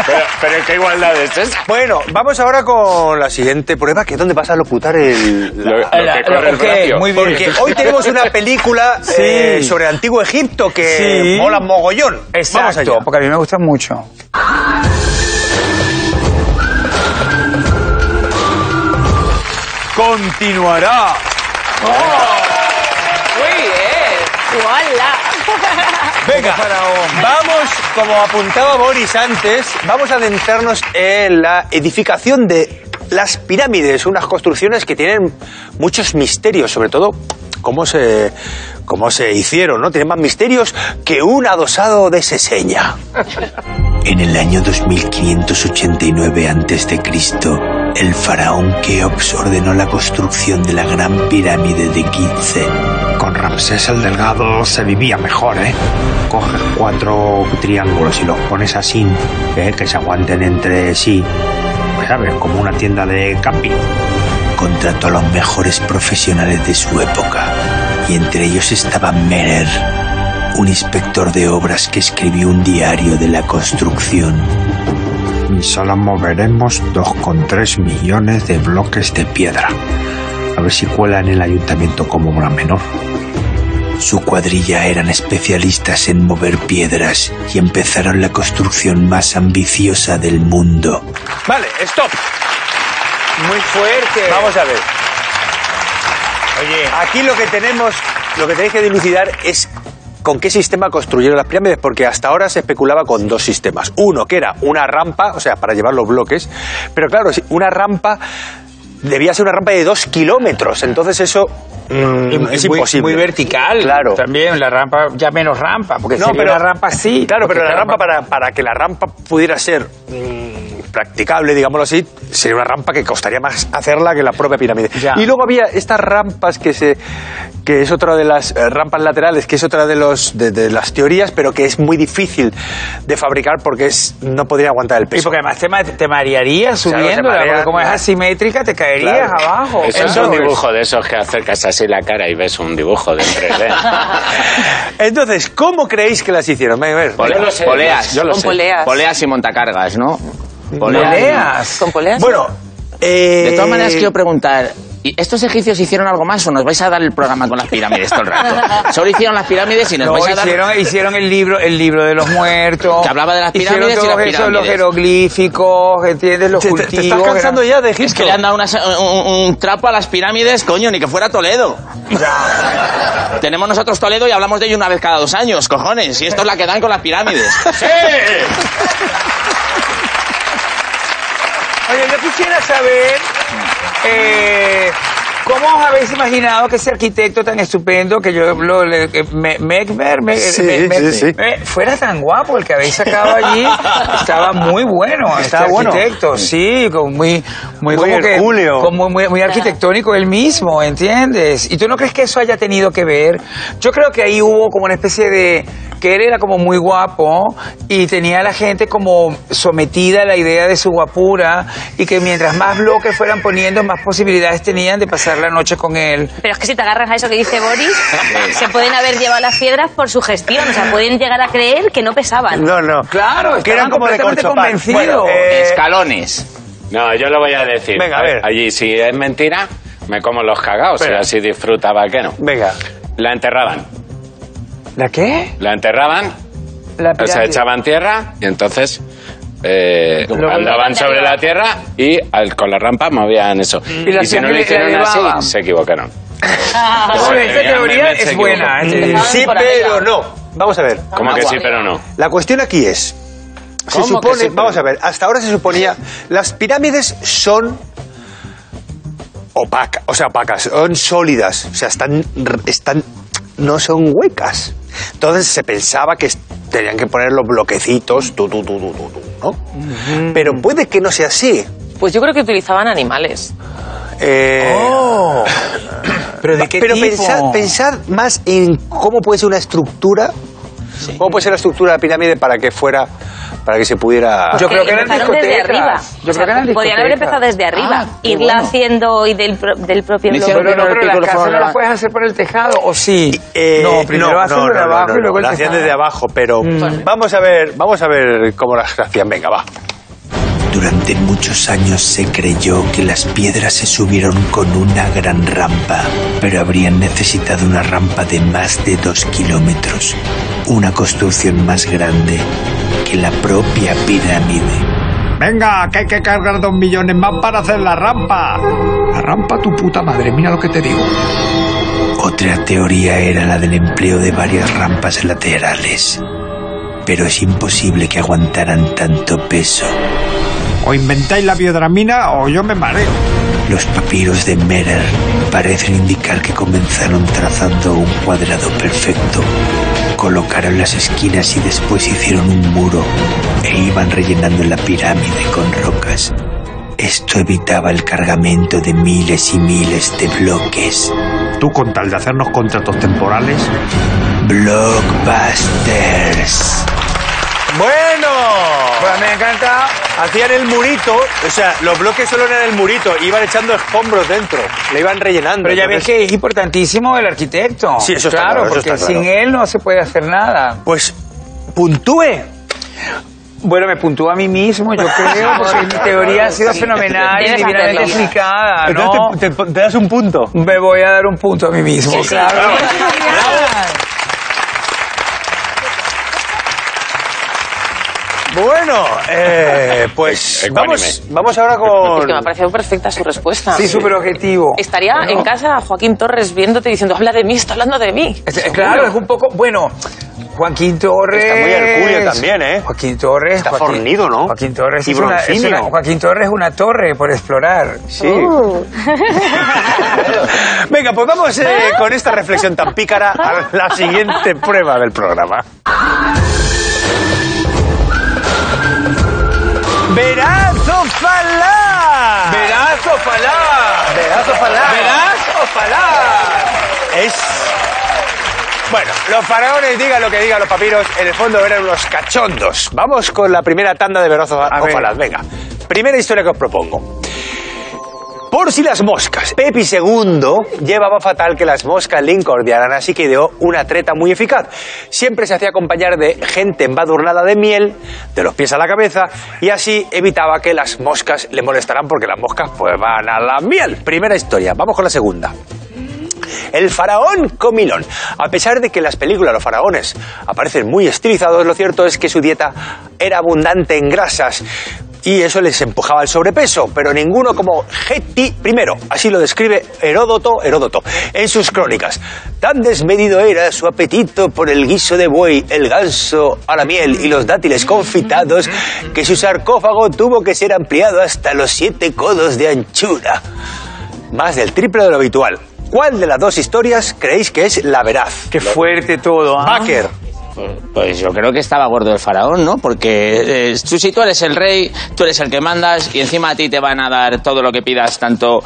pero, pero qué igualdad es esa.
Bueno, vamos ahora con la siguiente prueba, que es donde vas a locutar el...
Lo, lo
La-
que
la-
corre el
ok,
brazo.
muy bien.
Porque hoy tenemos una película eh, sobre el Antiguo Egipto que
Sí.
mola mogollón. Vamos allá.
Exacto, porque a mí me gusta mucho.
Continuará.
Oh. Muy bien.
Venga, vamos, como apuntaba Boris antes, vamos a adentrarnos en la edificación de las pirámides, unas construcciones que tienen muchos misterios, sobre todo cómo se, cómo se hicieron, ¿no? Tienen más misterios que un adosado de seseña.
En el año 2589 a.C., el faraón Keops ordenó la construcción de la gran pirámide de Gizeh.
Con Ramsés el Delgado se vivía mejor, ¿eh? Coges cuatro triángulos y los pones así, ¿eh? que se aguanten entre sí. Pues, ¿Sabes? Como una tienda de camping.
Contrató a los mejores profesionales de su época, y entre ellos estaba Merer, un inspector de obras que escribió un diario de la construcción.
Solo moveremos 2,3 millones de bloques de piedra. A ver si cuela en el ayuntamiento como una menor.
Su cuadrilla eran especialistas en mover piedras y empezaron la construcción más ambiciosa del mundo.
Vale, stop.
Muy fuerte.
Vamos a ver. Oye. Aquí lo que tenemos, lo que tenéis que dilucidar es con qué sistema construyeron las pirámides, porque hasta ahora se especulaba con dos sistemas. Uno, que era una rampa, o sea, para llevar los bloques, pero claro, si una rampa debía ser una rampa de dos kilómetros, entonces eso mm,
Y muy-
es
muy-
imposible.
Muy vertical.
Claro.
También la rampa, ya menos rampa, porque
No,
sería
pero-
una rampa sí.
Claro,
porque
pero la rampa, para, para que la rampa pudiera ser mm, practicable, digámoslo así, sería una rampa que costaría más hacerla que la propia pirámide.
Ya.
Y luego había estas rampas que se que es otra de las eh, rampas laterales, que es otra de los de, de las teorías, pero que es muy difícil de fabricar porque es no podría aguantar el
Y
peso.
porque además te, ma- te marearía
se
subiéndola,
marea,
porque como es
claro.
asimétrica te caerías
Claro.
abajo.
Eso es
Entonces,
un dibujo de esos que acercas así la cara y ves un dibujo de 3D.
Entonces, ¿cómo creéis que las hicieron? Venga, a ver.
Yo lo sé,
Poleas.
yo lo
Con
sé.
poleas.
Poleas y montacargas, ¿no?
poleas.
¿Con poleas?
Bueno,
De todas maneras,
Eh,
quiero preguntar. ¿y ¿Estos egipcios hicieron algo más o nos vais a dar el programa con las pirámides todo el rato? Solo hicieron las pirámides y nos
No,
vais a dar...
hicieron, hicieron el libro, el libro de los muertos.
Que hablaba de las pirámides y
Hicieron
las
todos esos, los
pirámides.
jeroglíficos, ¿entiendes? Los
te, te-
cultivos.
te estás cansando
eran-
ya de
Es
Egipto.
que le han dado unas- un, un trapo a las pirámides, coño, ni que fuera Toledo. Tenemos nosotros Toledo y hablamos de ello una vez cada dos años, cojones. Y esto es la que dan con las pirámides.
Oye, yo quisiera saber eh, cómo os habéis imaginado que ese arquitecto tan estupendo que yo lo, le- que me, Mecber, me- eh,
Sí,
me- me-
sí, sí.
me- fuera tan guapo el que habéis sacado allí estaba muy bueno
Estaba
este
bueno.
arquitecto sí como muy
Muy
muy como que-
hercúleo.
como muy, muy arquitectónico él mismo entiendes y tú no crees que eso haya tenido que ver yo creo que ahí hubo como una especie de que él era como muy guapo y tenía a la gente como sometida a la idea de su guapura y que mientras más bloques fueran poniendo más posibilidades tenían de pasar la noche con él
Pero es que si te agarras a eso que dice Boris, se pueden haber llevado las piedras por su gestión. O sea, pueden llegar a creer que no pesaban.
No, no.
Claro,
que eran
estaban
como de
completamente
corchopán.
convencidos.
eh,
Escalones.
No, yo lo voy a decir.
Venga, a ver.
Allí, si es mentira, me como los cagados.
Espera.
Y así disfruta vaquero.
venga.
La enterraban.
la qué
La enterraban,
la
o sea,
pirámide.
echaban tierra y entonces eh,
Luego
andaban
volvían de
sobre
arriba.
la tierra y al- con la rampa movían eso.
Y la
Y si no lo
pirámide la
hicieron
elevaban.
así, se equivocaron.
Bueno, esta teoría es buena ¿eh?
Sí, pero no. Vamos a ver.
Como que
Agua.
sí, pero no.
La cuestión aquí es, se
¿Cómo que
supone,
sí, pero-
vamos a ver, hasta ahora se suponía, las pirámides son opacas, o sea, opacas, son sólidas, o sea, están, están, no son huecas. Entonces se pensaba que es- tenían que poner los bloquecitos, tu, tu, tu, tu, tu, tu, ¿no? Pero puede que no sea así.
Pues yo creo que utilizaban animales.
Eh,
Oh. pero de qué
pero
tipo?
pensad, pensad más en cómo puede ser una estructura, cómo puede ser la estructura de la pirámide para que fuera, para que se pudiera...
Yo creo que eran
empezaron desde
discotecas.
arriba.
Yo
O sea,
creo que eran
podían haber
discotecas.
empezado desde arriba.
Ah, qué
irla
bueno.
haciendo y del, pro- del propio
Me
lobo.
hicieron-
Pero no, pero la
Artículo
casa no
favorable.
la puedes hacer por el tejado, ¿o Oh, sí?
Eh,
no, primero
no,
hacen
no,
por
no,
abajo
no,
y luego
no,
el
la hacían
tejado.
desde abajo, pero vamos a ver, vamos a ver cómo las hacían. Venga, va.
Durante muchos años se creyó que las piedras se subieron con una gran rampa, pero habrían necesitado una rampa de más de dos kilómetros, una construcción más grande que la propia pirámide.
Venga, que hay que cargar dos millones más para hacer la rampa. La rampa tu puta madre, mira lo que te digo.
Otra teoría era la del empleo de varias rampas laterales, pero es imposible que aguantaran tanto peso.
O inventáis la biodramina o yo me mareo.
Los papiros de Merer parecen indicar que comenzaron trazando un cuadrado perfecto. Colocaron las esquinas y después hicieron un muro e iban rellenando la pirámide con rocas. Esto evitaba el cargamento de miles y miles de bloques.
Tú con tal de hacernos contratos temporales.
Blockbusters.
Bueno, pues me encanta. Hacían el murito, o sea, los bloques solo eran el murito, iban echando escombros dentro, le iban rellenando.
Pero ya ves
Entonces,
que es importantísimo el arquitecto.
Sí, eso está claro, eso
porque
está
sin
claro.
él no se puede hacer nada.
Pues puntúe.
Bueno, me puntúo a mí mismo, yo creo, porque mi teoría ha sido fenomenal y
Debes
divinamente
hacerlo.
Ah,
explicada, ¿no?
Entonces te, te- te das un punto.
Me voy a dar un punto a mí mismo, claro.
Bueno, eh, pues
Ecuánime.
vamos, vamos ahora
Es que me ha
con...
parecido perfecta su respuesta.
Sí, súper objetivo.
Estaría en casa Joaquín Torres viéndote diciendo, habla de mí, está hablando de mí.
Es- es- claro, es un poco. Bueno, Joaquín Torres.
Está muy hercúleo también, ¿eh?
Joaquín Torres.
Está
Joaquín-
fornido, ¿no?
Joaquín Torres
Y
es una, es
broncíneo.
una- Joaquín Torres es una torre por explorar.
Sí. Venga, pues vamos eh, con esta reflexión tan pícara a la siguiente prueba del programa. ¡Verazo falá!
¡Verazo, falá!
¡Verazo falá!
¡Verazo, falá!
Es... Bueno, los faraones, digan lo que digan los papiros, en el fondo eran unos cachondos. Vamos con la primera tanda de Verazo
ver.
falá. Venga, primera historia que os propongo. Por si las moscas. Pepi II llevaba fatal que las moscas le incordiaran, así que ideó una treta muy eficaz. Siempre se hacía acompañar de gente embadurnada de miel, de los pies a la cabeza, y así evitaba que las moscas le molestaran, porque las moscas pues van a la miel. Primera historia, vamos con la segunda. El faraón comilón. A pesar de que en las películas los faraones aparecen muy estilizados, lo cierto es que su dieta era abundante en grasas y eso les empujaba al sobrepeso, pero ninguno como Geti primero, así lo describe Heródoto, Heródoto en sus crónicas. Tan desmedido era su apetito por el guiso de buey, el ganso a la miel y los dátiles confitados que su sarcófago tuvo que ser ampliado hasta los siete codos de anchura más del triple de lo habitual. ¿Cuál de las dos historias creéis que es la veraz?
Qué fuerte todo. ¿ah?
Baker.
Pues yo creo que estaba gordo el faraón, ¿no? Porque eh, tú, si tú eres el rey, tú eres el que mandas y encima a ti te van a dar todo lo que pidas, tanto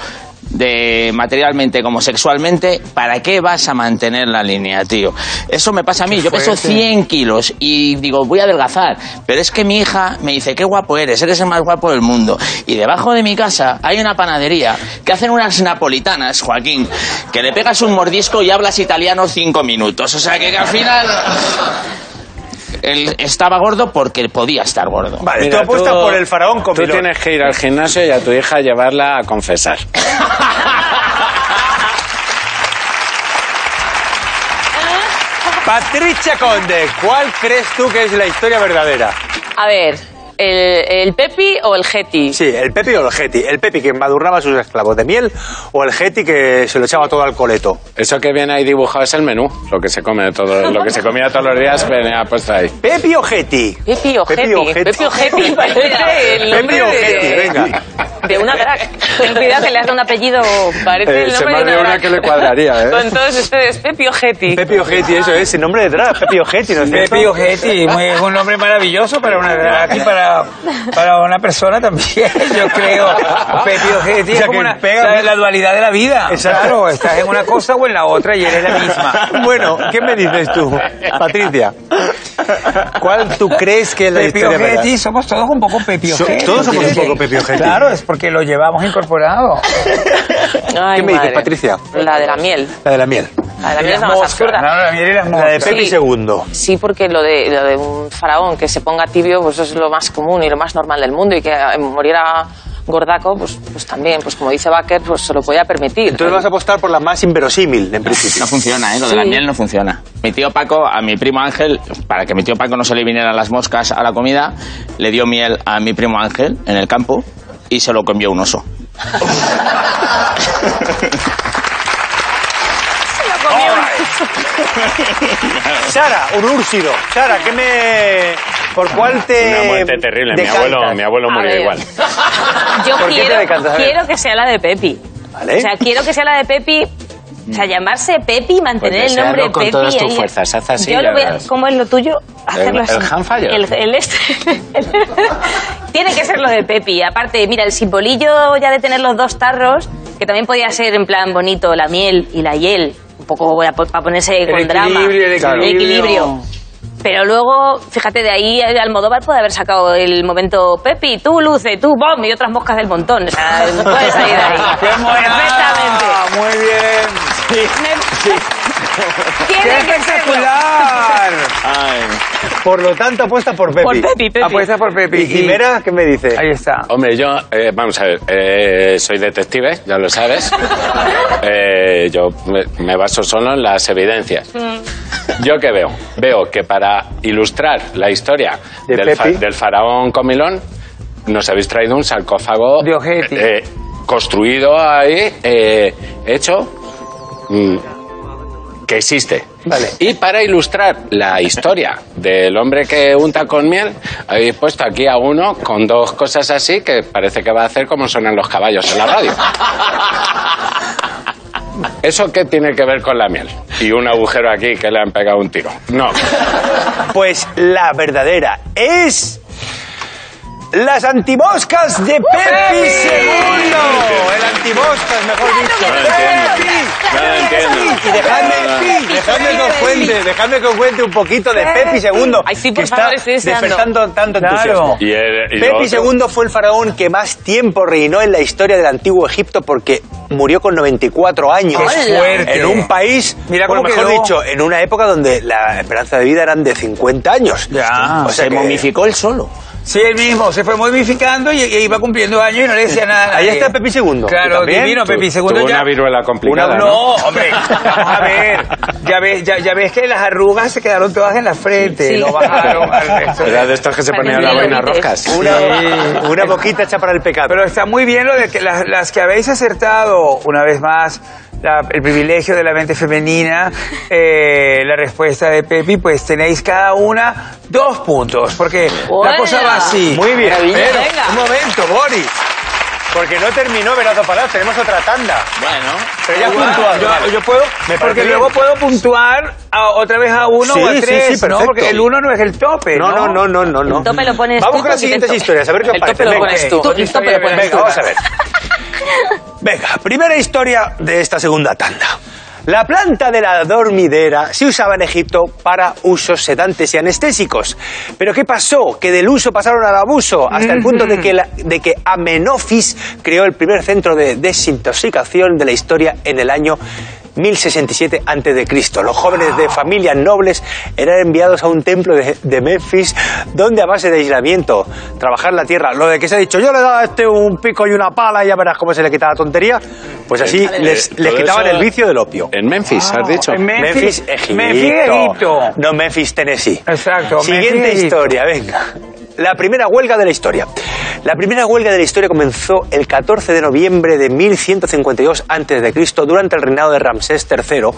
de materialmente como sexualmente, ¿para qué vas a mantener la línea, tío? Eso me pasa a mí, yo peso 100 kilos y digo, voy a adelgazar, pero es que mi hija me dice, qué guapo eres, eres el más guapo del mundo. Y debajo de mi casa hay una panadería que hacen unas napolitanas, Joaquín, que le pegas un mordisco y hablas italiano cinco minutos. O sea que, que al final... Él estaba gordo porque podía estar gordo.
Vale,
Mira,
tú apuestas
tú-
por el faraón
Tú
comilón.
tienes que ir al gimnasio y a tu hija llevarla a confesar.
Patricia Conde, ¿cuál crees tú que es la historia verdadera?
A ver, ¿el, el Pepi o el Getty?
Sí, el Pepi o el Geti. El Pepi que embadurnaba a sus esclavos de miel o el Geti que se lo echaba todo al coleto.
Eso que viene ahí dibujado es el menú, lo que se come todo, lo que se comía todos los días venía puesto ahí.
¿Pepi o Geti?
Pepi o
Pepi o Getty.
Getty. Pepi o Getty, parece el
Pepi
nombre
o
de-
Geti, venga.
de una drag.
Ten cuidado que le has dado un apellido...
Parece
Eh,
el
se
nombre
me
de
ha dado
una,
una
drag.
que le cuadraría, ¿eh?
Con todos ustedes, Pepi o Getty.
Pepi o Geti, eso es, el nombre de drag, Pepi o Geti, ¿no es cierto?
Pepe Ojetti, muy- es un nombre maravilloso para una drag y para, para una persona también, yo creo. Pepe Ojetti
O sea,
es como
que
una,
pega-
¿sabes? la dualidad de la vida.
Exacto.
Claro, estás en una cosa o en la otra y eres la misma.
Bueno, ¿qué me dices tú, Patricia? ¿Cuál tú crees que es la
Pepe
historia verdadera?
Ojetti, somos todos un poco Pepe
So-
Ojetti.
todos somos un poco Pepe Ojetti.
Claro, es porque lo llevamos incorporado.
Ay,
¿Qué me dices,
madre.
Patricia?
La de la miel.
La de la miel.
La de la miel es la más
Mosca,
absurda.
No, la miel y las
La de
moscas.
Pepi
Sí.
Segundo.
Sí, porque lo de, lo de un faraón que se ponga tibio pues es lo más común y lo más normal del mundo y que eh, moriera gordaco pues, pues también, pues como dice Baker, pues se lo podía permitir.
Entonces vas a apostar por la más inverosímil, en principio.
No funciona, ¿eh? Lo de la
Sí.
miel no funciona. Mi tío Paco, a mi primo Ángel, para que mi tío Paco no se le vinieran las moscas a la comida, le dio miel a mi primo Ángel en el campo y se lo comió un oso.
Sara, un úrsido. Sara, ¿qué me...? ¿Por cuál te...?
Una muerte terrible. Mi
decantas?
abuelo, mi abuelo
A
murió
ver.
igual.
Yo
¿Por qué te
quiero,
decantas? A ver.
quiero que sea la de Pepi.
Vale.
O sea, quiero que sea la de Pepi. O sea, llamarse Pepi, mantener
Mm. Pues
el nombre
desealo con
Pepi.
todas tus
ahí.
fuerzas, haz así
Yo
y
lo voy a-
verás.
¿Cómo es lo tuyo? Hacerlo
El-
así.
el handfire.
El, el este. Tiene que ser lo de Pepi. Aparte, mira, el simbolillo ya de tener los dos tarros, que también podía ser en plan bonito la miel y la hiel. Un poco para ponerse con drama.
equilibrio, el equilibrio.
Pero luego, fíjate, de ahí eh, Almodóvar puede haber sacado el momento Pepi, tú luce, tú bom y otras moscas del montón. O sea, puede salir de ahí.
¡Qué monada!
Perfectamente.
Muy bien.
Tiene que
¡Qué
serlo.
espectacular!
Por lo tanto, apuesta por Pepi.
Por Pepi, Pepi.
Apuesta por Pepe.
¿Y Jimena qué me dice?
Ahí está.
Hombre, yo, eh, vamos a ver, eh, soy detective, ya lo sabes. Eh, yo me, me baso solo en las evidencias. ¿Yo qué veo? Veo que para ilustrar la historia
De
del, fa-
Pepi.
del faraón Comilón, nos habéis traído un sarcófago
De ojete.
eh, construido ahí, eh, hecho, mm, que existe.
Vale.
Y para ilustrar la historia del hombre que unta con miel, habéis puesto aquí a uno con dos cosas así que parece que va a hacer como suenan los caballos en la radio. ¿Eso qué tiene que ver con la miel? Y un agujero aquí que le han pegado un tiro. No.
Pues la verdadera es... Las antiboscas de Pepi Segundo. El antiboscas, mejor dicho.
No lo entiendo.
Pepi.
No lo entiendo.
Y dejadme, dejadme que os cuente, dejadme que os cuente un poquito de Pepi Segundo,
Ay, sí, por
que está
favor, estoy deseando.
despertando tanto
Claro.
entusiasmo.
Y el- y lo
Pepi
otro.
II fue el faraón que más tiempo reinó en la historia del antiguo Egipto porque murió con 94 años.
¡Qué suerte!
En un país,
Mira
bueno,
cómo
mejor
quedó.
dicho, en una época donde la esperanza de vida eran de 50 años.
Ya,
o sea
se
que-
momificó él solo.
Sí, él mismo se fue modificando y, y iba cumpliendo años y no le decía nada. a
Ahí
nadie.
está Pepi II. ¿Tú
Claro,
también?
divino
Tú-
Pepi
Tuvo
II.
una
ya-
viruela complicada.
Una-
¿no?
No, hombre, vamos a ver. Ya ves, ya, ya ves que las arrugas se quedaron todas en la frente,
Sí.
no bajaron al resto.
Era de estos que se ponían las
Parecía
vainas
lobitos.
rojas.
Una, una boquita hecha para el pecado.
Pero está muy bien lo de que las, las que habéis acertado una vez más. la- el privilegio de la mente femenina, eh, la respuesta de Pepi, pues tenéis cada una dos puntos, porque la
Hola.
cosa va así.
Muy bien. Pero,
Venga.
un momento, Boris. Porque no terminó Verazo Palaz, tenemos otra tanda.
Bueno.
Pero ya
Igual,
puntuado.
Yo,
vale.
yo puedo,
Me parece
porque
bien.
luego puedo puntuar a- otra vez a uno
Sí,
o a
sí, sí,
tres, ¿no?
perfecto.
Porque el uno no es el tope,
No,
¿no,
no, no, no, no. no.
El tope lo pones
Vamos
tú,
con las
porque
siguientes
el tope-
historias, a ver qué os
el
parece.
tope lo
Venga.
pones tú.
Otra
El tope
historia
lo pones
viene.
Venga, vamos a ver. Venga, primera historia de esta segunda tanda. La planta de la dormidera se usaba en Egipto para usos sedantes y anestésicos. Pero ¿qué pasó? Que del uso pasaron al abuso, hasta el punto de que, la- de que Amenofis creó el primer centro de desintoxicación de la historia en el año 1067 a.C. Los jóvenes de familias nobles eran enviados a un templo de, de Memphis donde a base de aislamiento, trabajar la tierra, lo de que se ha dicho, yo le daba a este un pico y una pala y ya verás cómo se le quita la tontería, pues así
Eh,
les,
eh,
les
todo
quitaban
eso
el vicio del opio.
En Memphis,
Ah,
has dicho.
en Memphis,
Memphis, Egipto.
Memphis, Egipto.
No Memphis, Tennessee.
Exacto,
Siguiente
Memphis, Egipto.
historia, venga. La primera huelga de la historia. La primera huelga de la historia comenzó el 14 de noviembre de 1152 a.C. durante el reinado de Ramsés III,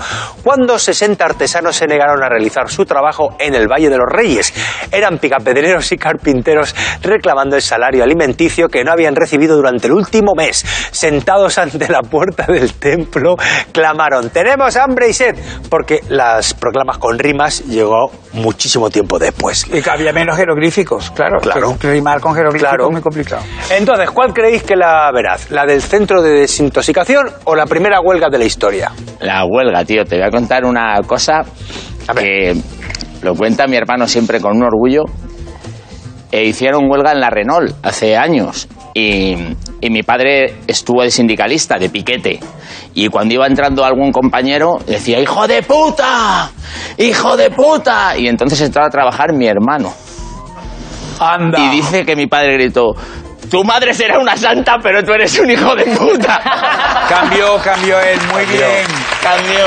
cuando 60 artesanos se negaron a realizar su trabajo en el Valle de los Reyes. Eran picapedreros y carpinteros reclamando el salario alimenticio que no habían recibido durante el último mes. Sentados ante la puerta del templo, clamaron, tenemos hambre y sed, porque las proclamas con rimas llegó muchísimo tiempo después.
Y que había menos jeroglíficos, claro.
Claro.
que rimar con jeroglíficos
Claro.
es muy complicado.
Entonces, ¿cuál creéis que la verás? ¿La del centro de desintoxicación o la primera huelga de la historia?
La huelga, tío. Te voy a contar una cosa que lo cuenta mi hermano siempre con un orgullo. E hicieron huelga en la Renault hace años. Y, y mi padre estuvo de sindicalista, de piquete. Y cuando iba entrando algún compañero, decía, ¡hijo de puta! ¡Hijo de puta! Y entonces entraba a trabajar mi hermano.
Anda.
Y dice que mi padre gritó, tu madre será una santa, pero tú eres un hijo de puta.
Cambió, cambió él, muy bien.
Cambió.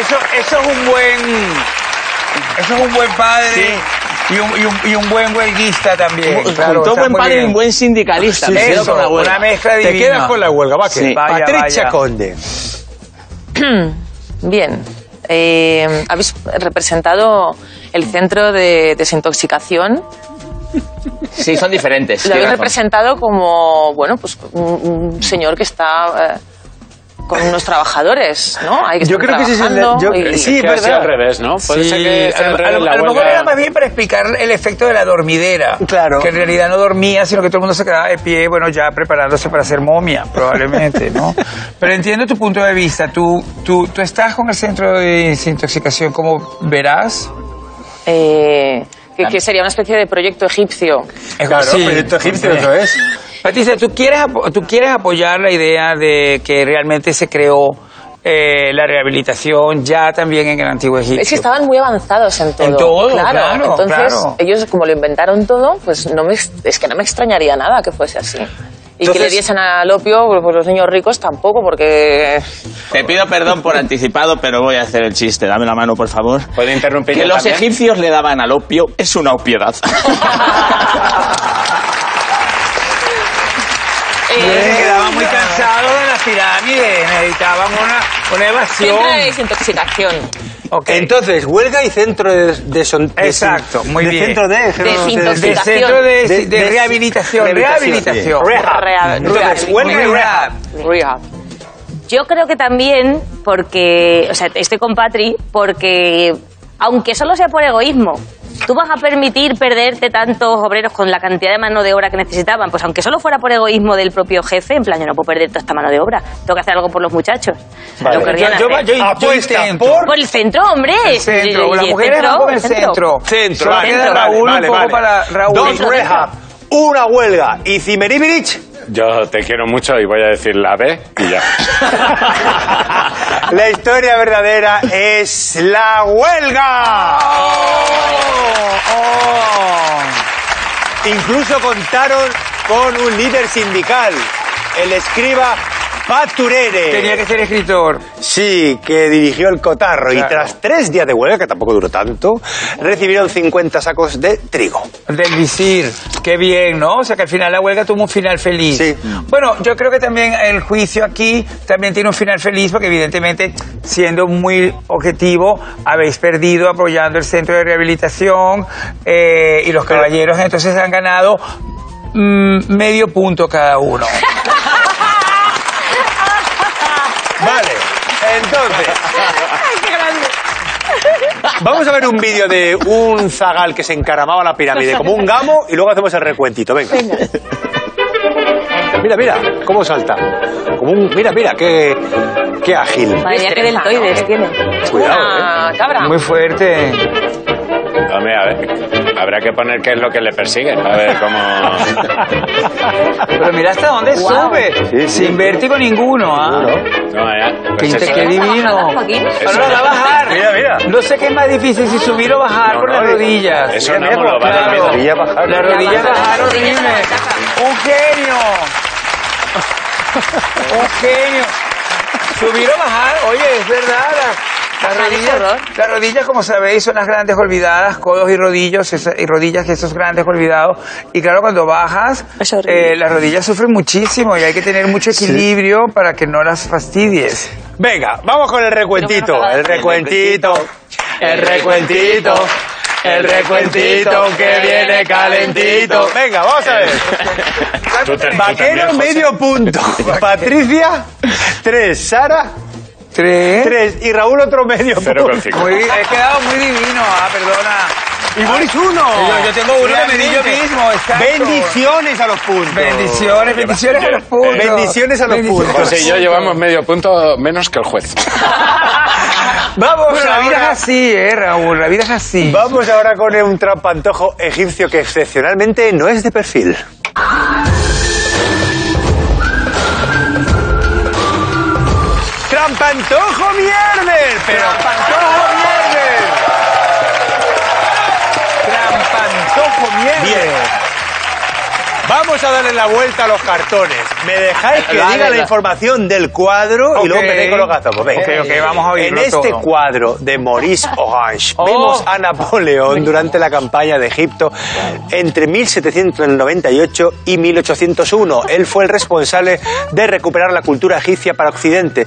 Eso, eso es un buen. Eso es un buen padre. Y, un, y un- y un buen huelguista también. claro,
Juntó
está
buen
muy
padre y
bien.
un buen sindicalista.
Sí,
me quedo
eso,
con la abuela.
una mezcla divina.
Te quedas con la huelga, va que.
Sí.
Vaya,
Patricia
vaya.
Conde.
Bien. Eh, Habéis representado el centro de desintoxicación.
Sí, son diferentes.
Lo
tienes
habéis
razón.
representado como, bueno, pues un, un señor que está eh, con unos trabajadores, ¿no? Hay que
Yo
estar
creo que ese es el de-
trabajando
yo-
y-
sí,
Es que
verdad.
ha sido al revés, ¿no? Puede
Sí,
ser que sea
a,
al
lo- a
revés
lo-
la
a lo mejor
huelga.
era más bien para explicar el efecto de la dormidera.
Claro.
Que en realidad no dormía, sino que todo el mundo se quedaba de pie, bueno, ya preparándose para ser momia, probablemente, ¿no? Pero entiendo tu punto de vista. Tú, tú, tú estás con el centro de desintoxicación, como verás.
eh, que, que sería una especie de proyecto egipcio.
Es
Claro, proyecto egipcio, eso es.
Patricia, ¿tú quieres, apo- ¿tú quieres apoyar la idea de que realmente se creó eh, la rehabilitación ya también en el Antiguo Egipto?
Es que estaban muy avanzados en todo.
En todo, claro,
Entonces,
claro.
ellos como lo inventaron todo, pues no me, ex- es que no me extrañaría nada que fuese así. Y que le
Entonces-
diesen al opio, pues los niños ricos tampoco, porque...
Te pido perdón por anticipado, pero voy a hacer el chiste. Dame la mano, por favor.
¿Puede interrumpir
Que
yo
los
también?
egipcios le daban al opio es una opiedad.
Eh, Quedaban muy cansados de las pirámides, necesitaban una, una evasión.
Siempre desintoxicación.
Ok.
Entonces, huelga y centro de, de son- de-
Exacto, muy
de
bien.
Centro de,
de
Desintoxicación.
centro de, de,
de-
rehabilitación, rehabilitación.
Rehab.
Rehab.
Entonces, huelga y rehab.
Rehab.
Yo creo que también porque, o sea, estoy con Patri porque, aunque solo sea por egoísmo, ¿Tú vas a permitir perderte tantos obreros con la cantidad de mano de obra que necesitaban? Pues aunque solo fuera por egoísmo del propio jefe, en plan, yo no puedo perder toda esta mano de obra, tengo que hacer algo por los muchachos.
Vale.
Lo querrían
Yo, yo,
hacer.
yo, yo
Apuesta
intento.
por-
Por el centro, hombre.
El centro,
Y- y-
las
y el
mujeres van por el centro.
Centro,
Solo
vale,
queda
vale,
Raúl, un
vale,
poco
vale.
para Raúl.
Dos
Centro,
rehab, una huelga y Cimeribirich
Yo te quiero mucho y voy a decir la B y ya.
La historia verdadera es la huelga.
Oh.
Incluso contaron con un líder sindical, el escriba Paturere.
Tenía que ser escritor.
Sí, que dirigió el cotarro y tras tres días de huelga, que tampoco duró tanto, recibieron 50 sacos de trigo.
Del visir, qué bien, ¿no? O sea que al final la huelga tuvo un final feliz.
Sí.
Bueno, yo creo que también el juicio aquí también tiene un final feliz porque evidentemente, siendo muy objetivo, habéis perdido apoyando el centro de rehabilitación eh, y los caballeros entonces han ganado mm, medio punto cada uno.
Vale, entonces. Vamos a ver un vídeo de un zagal que se encaramaba a la pirámide como un gamo y luego hacemos el recuentito. Venga. Mira, mira, cómo salta. Como un. Mira, mira, qué, qué ágil.
Madre mía, qué deltoides tiene.
Cuidado,
Una cabra.
Muy fuerte.
Hombre, a ver, habrá que poner qué es lo que le persigue. A ver cómo.
Pero mira hasta dónde sube.
Sí, sí.
Sin vértigo ninguno, ¿ah?
No, ya.
Qué,
Pues
inte-
eso-
qué divino.
bajada, Joaquín?
No, no, va a bajar.
Mira, mira.
No sé qué es más difícil, si subir o bajar
No,
con
no,
las
eh,
rodillas.
eso
Mira,
no
mira,
me lo va a dar
claro.
miedo.
Rodilla bajar.
Las rodillas
bajar,
bajar
las rodillas
horrible.
bajar.
Un genio. Un genio. Subir o bajar, oye, es verdad. las- Las
Bajar es horror.
rodillas, las rodillas, como sabéis, son las grandes olvidadas, codos y rodillos, esa- y rodillas que esos grandes olvidados. Y claro, cuando bajas,
Es horrible.
eh, las rodillas sufren muchísimo y hay que tener mucho equilibrio para que no las fastidies.
Venga, vamos con el recuentito. El recuentito. El recuentito. El recuentito que viene calentito. Venga, vamos a ver.
Tú te- tú
Vaquero,
también, José.
medio punto. Patricia, tres. Sara,
Tres.
tres. Y Raúl, otro medio
Cero
punto.
con cinco.
Muy, he quedado muy divino, ah, perdona.
Y Boris, uno.
Yo, yo tengo uno que me di yo
Realmente.
mismo, exacto.
Bendiciones a los puntos.
Bendiciones, bendiciones a los puntos.
Bendiciones a los
Bendiciones.
puntos.
José y pues yo llevamos medio punto menos que el juez.
Vamos
Pero la vida
ahora-
es así, eh, Raúl, la vida es así.
Vamos ahora con un trampantojo egipcio que excepcionalmente no es de perfil. ¡Trampantojo Mierder! ¡Pero ¡Trampantojo Mierder!
Trampantojo, mierda.
Bien. Vamos a darle la vuelta a los cartones. Me dejáis que
Vale,
diga la
va.
información del cuadro
Ok.
y luego me con los gazapos. Venga.
Ok, ok, vamos a
En
oírlo
este
todo.
cuadro de Maurice Orange
Oh.
vemos a Napoleón durante la campaña de Egipto entre 1798 y 1801. Él fue el responsable de recuperar la cultura egipcia para Occidente,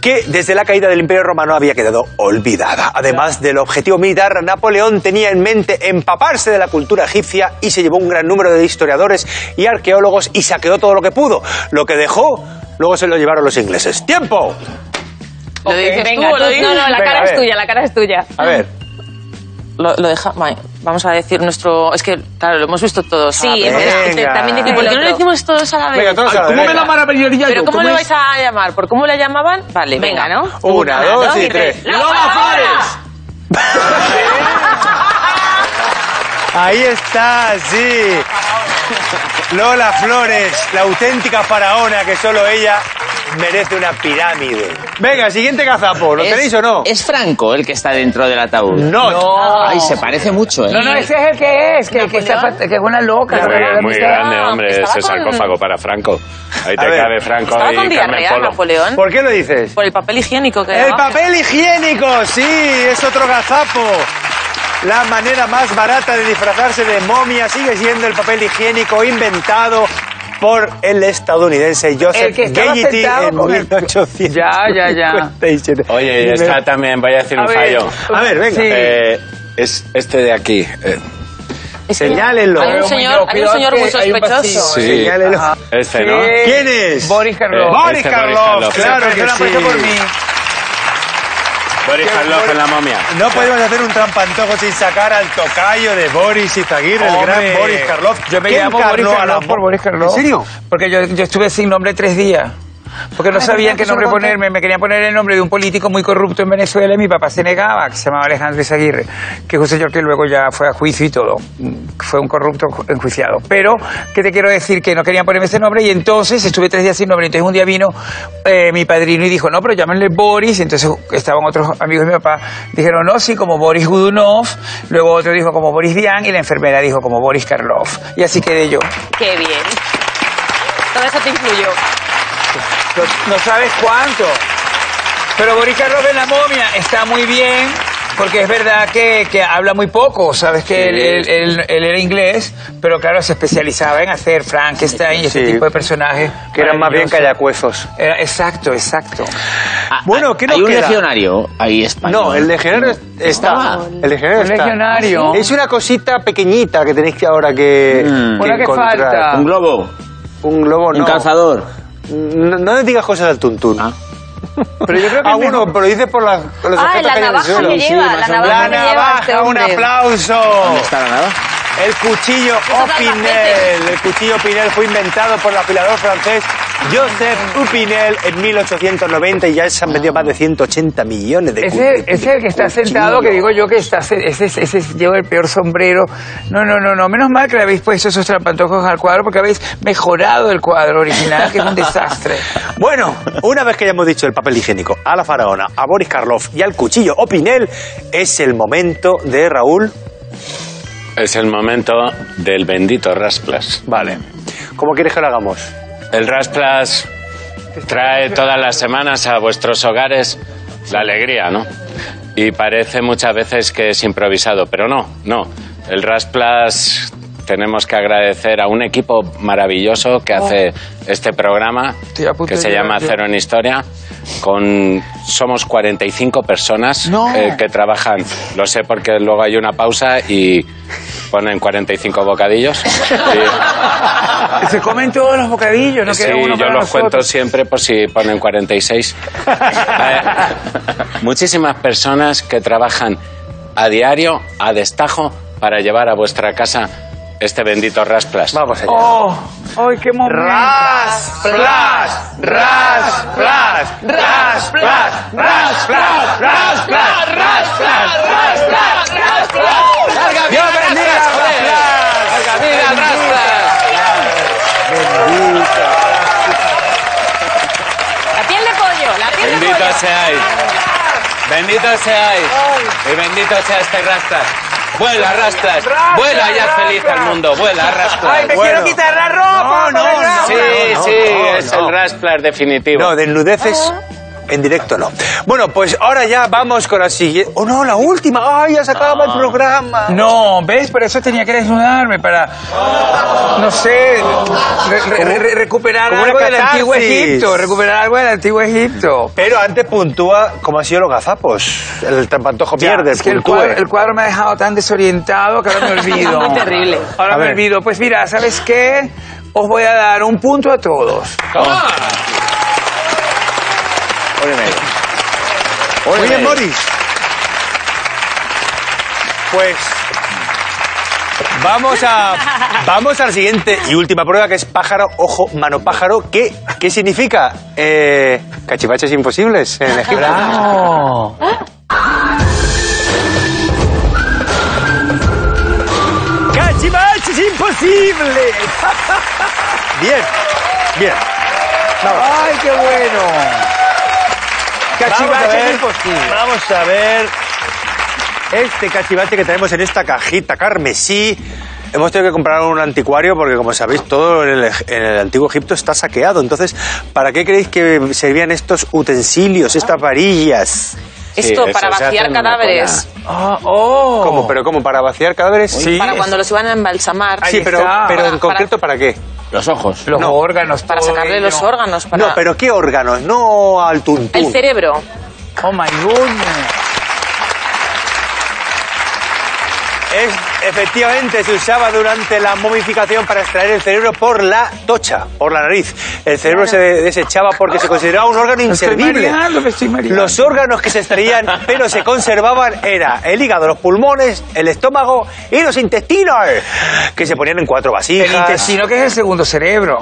que desde la caída del Imperio Romano había quedado olvidada. Además del objetivo militar, Napoleón tenía en mente empaparse de la cultura egipcia y se llevó un gran número de historiadores y arqueólogos y saqueó todo lo que pudo. Lo que dejó, luego se lo llevaron los ingleses. ¡Tiempo!
¿Lo dices
Venga,
tú o lo
tú-
dices?
no, no, la
Venga, a
cara es
ver.
tuya, la cara es tuya.
A ver.
Lo, lo deja... vale, Vamos a decir nuestro... Es que, claro, lo hemos visto todos.
Sí,
a la
es
vez.
verdad,
Venga.
también
¿Y
decir
por
el
qué no lo
otro.
hicimos todos a la vez?
Venga, todos a la
¿Cómo
vez,
me
venga.
la maravillaría yo?
¿Pero cómo lo
es?
vais a llamar? ¿Por cómo la llamaban? Vale, venga,
Venga, ¿no?
¿no?
Una, dos y tres.
¡Lola Flores!
Ahí está, sí. Lola Flores, la auténtica faraona que solo ella merece una pirámide. Venga, siguiente cazapo, ¿lo tenéis o no?
¿Es Franco el que está dentro del ataúd?
No.
Ay, se parece mucho, ¿eh?
No, no, ese es el que es, que, que, está fat- que es una loca.
Muy,
¿no? La
muy
amistad.
grande, hombre,
estaba
ese
con-
sarcófago para Franco. Ahí
A
te
ver.
cabe Franco
¿Estaba
y
con
Carmen
diarrea
Polo.
Napoleón?
¿Por qué lo dices?
Por el papel higiénico
Pues,
que
El
llevaba.
papel higiénico, sí, es otro gazapo. La manera más barata de disfrazarse de momia sigue siendo el papel higiénico inventado por el estadounidense
El
Joseph
que estaba
Gagety
sentado
en
con el-
1857.
Ya, ya, ya.
Oye, y esta también, voy a decir
A
un
ver.
fallo.
A ver, venga.
Sí.
Eh, es este de aquí. eh,
Señálenlo.
Hay un señor, hay un señor muy
Hay un vacío.
eh.
sospechoso.
sí,
Señálenlo.
este, ¿no?
Sí.
¿Quién es?
Boris Karloff.
Boris
Este Boris
Karloff,
Karloff.
claro
Siempre
que
me lo han puesto
sí.
por mí.
Boris Karloff en la momia.
No podemos hacer un trampantojo sin sacar al tocayo de Boris Izaguirre, el gran
Hombre,
Boris Karloff.
Yo me
que
llamo
encarnó
Boris
a la
Karloff
mo-
por Boris Karloff.
¿En serio?
Porque yo, yo estuve sin nombre tres días. Porque no sabían qué nombre ponerme. Me querían poner el nombre de un político muy corrupto en Venezuela y mi papá se negaba, que se llamaba Alejandro Izaguirre, que es un señor que luego ya fue a juicio y todo. Fue un corrupto enjuiciado. Pero, ¿qué te quiero decir? Que no querían ponerme ese nombre y entonces estuve tres días sin nombre. Entonces un día vino eh, mi padrino y dijo, no, pero llámenle Boris. Entonces estaban otros amigos de mi papá. Dijeron, no, sí, como Boris Gudunov. Luego otro dijo como Boris Dian y la enfermera dijo como Boris Karloff. Y así quedé yo.
Qué bien. Todo eso te influyó.
No, no sabes cuánto. Pero Boris Karloff en la momia está muy bien, porque es verdad que, que habla muy poco. Sabes que él, él- él- él era inglés, pero claro, se especializaba en hacer Frankenstein y ese
Sí.
tipo de personajes.
Que eran más bien
maravillosos.
callacuezos.
Era- exacto, exacto.
Ah,
Bueno,
ah,
¿qué nos
Hay un
queda?
legionario ahí español.
No, el legionario es- está.
Estaba.
El legionario
El
está.
legionario.
Es una cosita pequeñita que tenéis que ahora que,
Mm.
Una que
encontrar.
falta.
Un globo.
Un globo no.
Un calzador.
No, no le digas cosas al tuntún.
Ah.
Pero yo creo que ah, bueno, pero dices por las, los
Ah,
objetos
la
que hay en el
navaja
suelo.
que lleva, la
más o
navaja
menos.
que
La
lleva
navaja,
este
un
hombre.
aplauso.
¿Dónde está la nada?
El cuchillo
Esos
Opinel.
albacetes.
El cuchillo Opinel fue inventado por el afilador francés Joseph Opinel en 1890 y ya se han vendido más de 1achenta millones de cu-
Ese
de-
es el que está
cuchillo.
sentado, que digo yo que está, se- ese, es- ese es- lleva el peor sombrero. No, no, no, no. Menos mal que le habéis puesto esos trampantojos al cuadro porque habéis mejorado el cuadro original, que es un desastre.
Bueno, una vez que ya hemos dicho el papel higiénico a la faraona, a Boris Karloff y al cuchillo Opinel, es el momento de Raúl.
Es el momento del bendito Rasplas.
Vale. ¿Cómo quieres que lo hagamos?
El Rasplas trae todas las semanas a vuestros hogares la alegría, ¿no? Y parece muchas veces que es improvisado, pero no, no. El Rasplas tenemos que agradecer a un equipo maravilloso que hace este programa,
Oh. Estoy a punto
que
de
se
llorar
llama
yo.
Cero en Historia. Con, somos 45 personas eh, que trabajan, lo sé porque luego hay una pausa y ponen 45 bocadillos. Y-
Se comen todos los bocadillos, no
sí,
queda uno
yo
para
los cuento
nosotros.
siempre por si ponen 46. Eh, Muchísimas personas que trabajan a diario, a destajo, para llevar a vuestra casa este bendito Rasplas.
Vamos allá.
Oh, ¡Ay, qué momento!
Ras, plas, ras, plas, ras, plas, ras, plas, ras, plas, ras, plas, ras, plas, ras, plas. Dios bendiga a Ras, plas.
La piel de pollo, la piel de pollo.
Benditos seáis. Benditos seáis. Y bendito sea este Rasplas. Vuela, Rasplas. Vuela ya feliz al mundo. Vuela, Rasplas.
¡Ay, me quiero quitar la
No,
ropa!
no,
para
no.
allá!
Sí,
no,
sí,
no,
es
no.
el Rasplas definitivo.
No, desnudeces en directo no. Bueno, pues ahora ya vamos con la siguiente. Oh no, la última. Ay, ya se acaba el programa.
No, ¿ves? Por eso tenía que desnudarme, para, no sé, re- re- re- re- recuperar
Como una
algo del antiguo
catarsis.
Egipto, recuperar algo del antiguo Egipto.
Pero antes puntúa como ha sido los gazapos. El trampantojo pierde,
Es que el
puntúe.
cuadro, el cuadro me ha dejado tan desorientado que ahora me olvido.
Muy terrible.
Ahora
A
me
ver.
olvido. Pues mira, ¿sabes qué? Os voy a dar un punto a todos.
Ole, medio. Ole,
Muy bien,
medio.
Boris. Pues vamos a vamos a la siguiente y última prueba que es pájaro, ojo, mano pájaro. ¿Qué, qué significa? Eh, cachivaches imposibles en Egipto. ¡Cachivaches imposibles! bien, bien.
¡Ay, qué bueno!
Vamos a
Cachivache
ver,
es imposible.
Vamos a ver este cachivache que tenemos en esta cajita carmesí. Hemos tenido que comprar un anticuario porque, como sabéis, todo en el, Eg- en el antiguo Egipto está saqueado. Entonces, ¿para qué creéis que servían estos utensilios, estas varillas?
Esto
eso
para
se hace
vaciar
en una
cadáveres,
Ah, ¡Oh!
¿Cómo? ¿Pero cómo? ¿Para vaciar cadáveres? Sí,
para cuando los iban a embalsamar.
sí pero,
está.
pero en
Para-
concreto, ¿para qué?
Los ojos.
Los
No.
órganos.
Para
todo
sacarle
ello.
los órganos, para
No, pero ¿qué órganos? No al tuntún.
el cerebro.
¡Oh, my goodness!
Es Efectivamente, se usaba durante la momificación para extraer el cerebro por la tocha, por la nariz. El cerebro se de- desechaba porque se consideraba un órgano
Estoy
inservible.
mareando, me estoy mareando.
Los órganos que se extraían pero se conservaban era el hígado, los pulmones, el estómago y los intestinos, que se ponían en cuatro vasijas.
El intestino que es el segundo cerebro.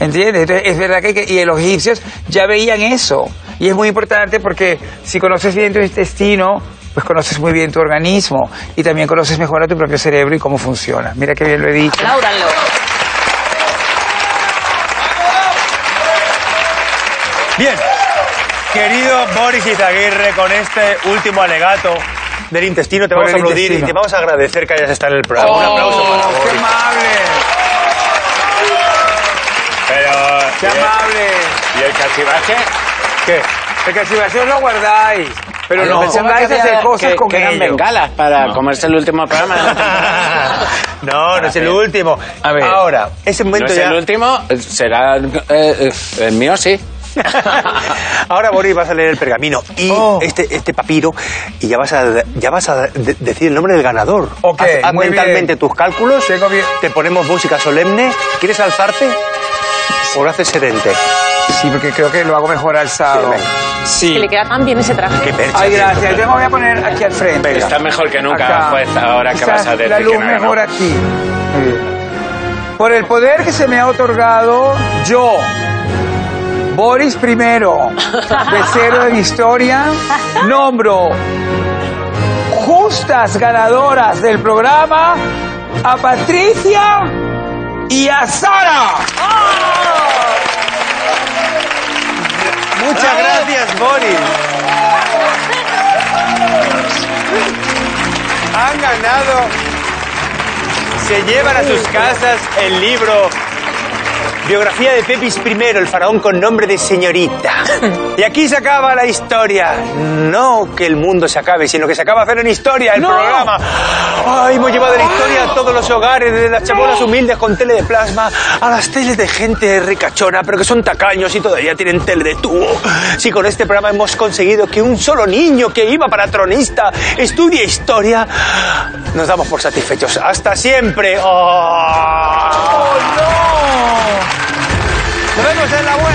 ¿Entiendes? Entonces, es verdad que, que- y los egipcios ya veían eso. Y es muy importante porque si conoces bien tu intestino, pues conoces muy bien tu organismo y también conoces mejor a tu propio cerebro y cómo funciona. Mira qué bien lo he dicho.
Apláudanlo.
Bien, querido Boris Izaguirre, con este último alegato del intestino te
Por
vamos a
el
aplaudir
intestino.
y te vamos a agradecer que hayas estado en el programa. Un aplauso para
Oh, ¡Qué
Boris.
amable!
Pero.
¡Qué
¿y el-
amable!
¿Y el cachivache?
¿Qué? El cachivación lo guardáis,
Ah,
pero no
pensáis
pensáis hacer cosas con
que eran
ello.
bengalas para comerse el último programa. de la temporada.
No, no es el
A ver.
último.
A ver.
Ahora, ese
no
momento
es
ya.
el último, eh, será eh, eh, el mío, sí.
Ahora, Boris, vas a leer el pergamino y
Oh.
este, este papiro y ya vas a, ya vas a de- decir el nombre del ganador.
Ok,
haz, haz
muy
mentalmente
bien.
tus cálculos.
Tengo bien-
Te ponemos música solemne. ¿Quieres alzarte? ¿O lo haces sedente?
Sí, porque creo que lo hago mejor alzado.
Sí, venga.
Que le queda tan bien ese traje.
Qué percha.
Ay, gracias. Yo me voy a poner aquí al frente.
Venga.
Está mejor que nunca,
Acá.
juez, ahora que
Quizás
vas a decir
La luz
quién ha ganado.
mejor aquí. Muy bien. Por el poder que se me ha otorgado, yo, Boris I, cero de mi historia, nombro justas ganadoras del programa a Patricia y a Sara.
Muchas gracias, Boris. Han ganado. Se llevan a sus casas el libro Biografía de Pepis I, el faraón con nombre de señorita. Y aquí se acaba la historia. No que el mundo se acabe, sino que se acaba hacer en historia el programa. Ay, hemos llevado la historia a todos los hogares, desde las chabolas humildes con tele de plasma a las teles de gente ricachona, pero que son tacaños y todavía tienen tele de tubo. Si con este programa hemos conseguido que un solo niño que iba para tronista estudie historia, nos damos por satisfechos. Hasta siempre. ¡Oh! Nos vemos en la web.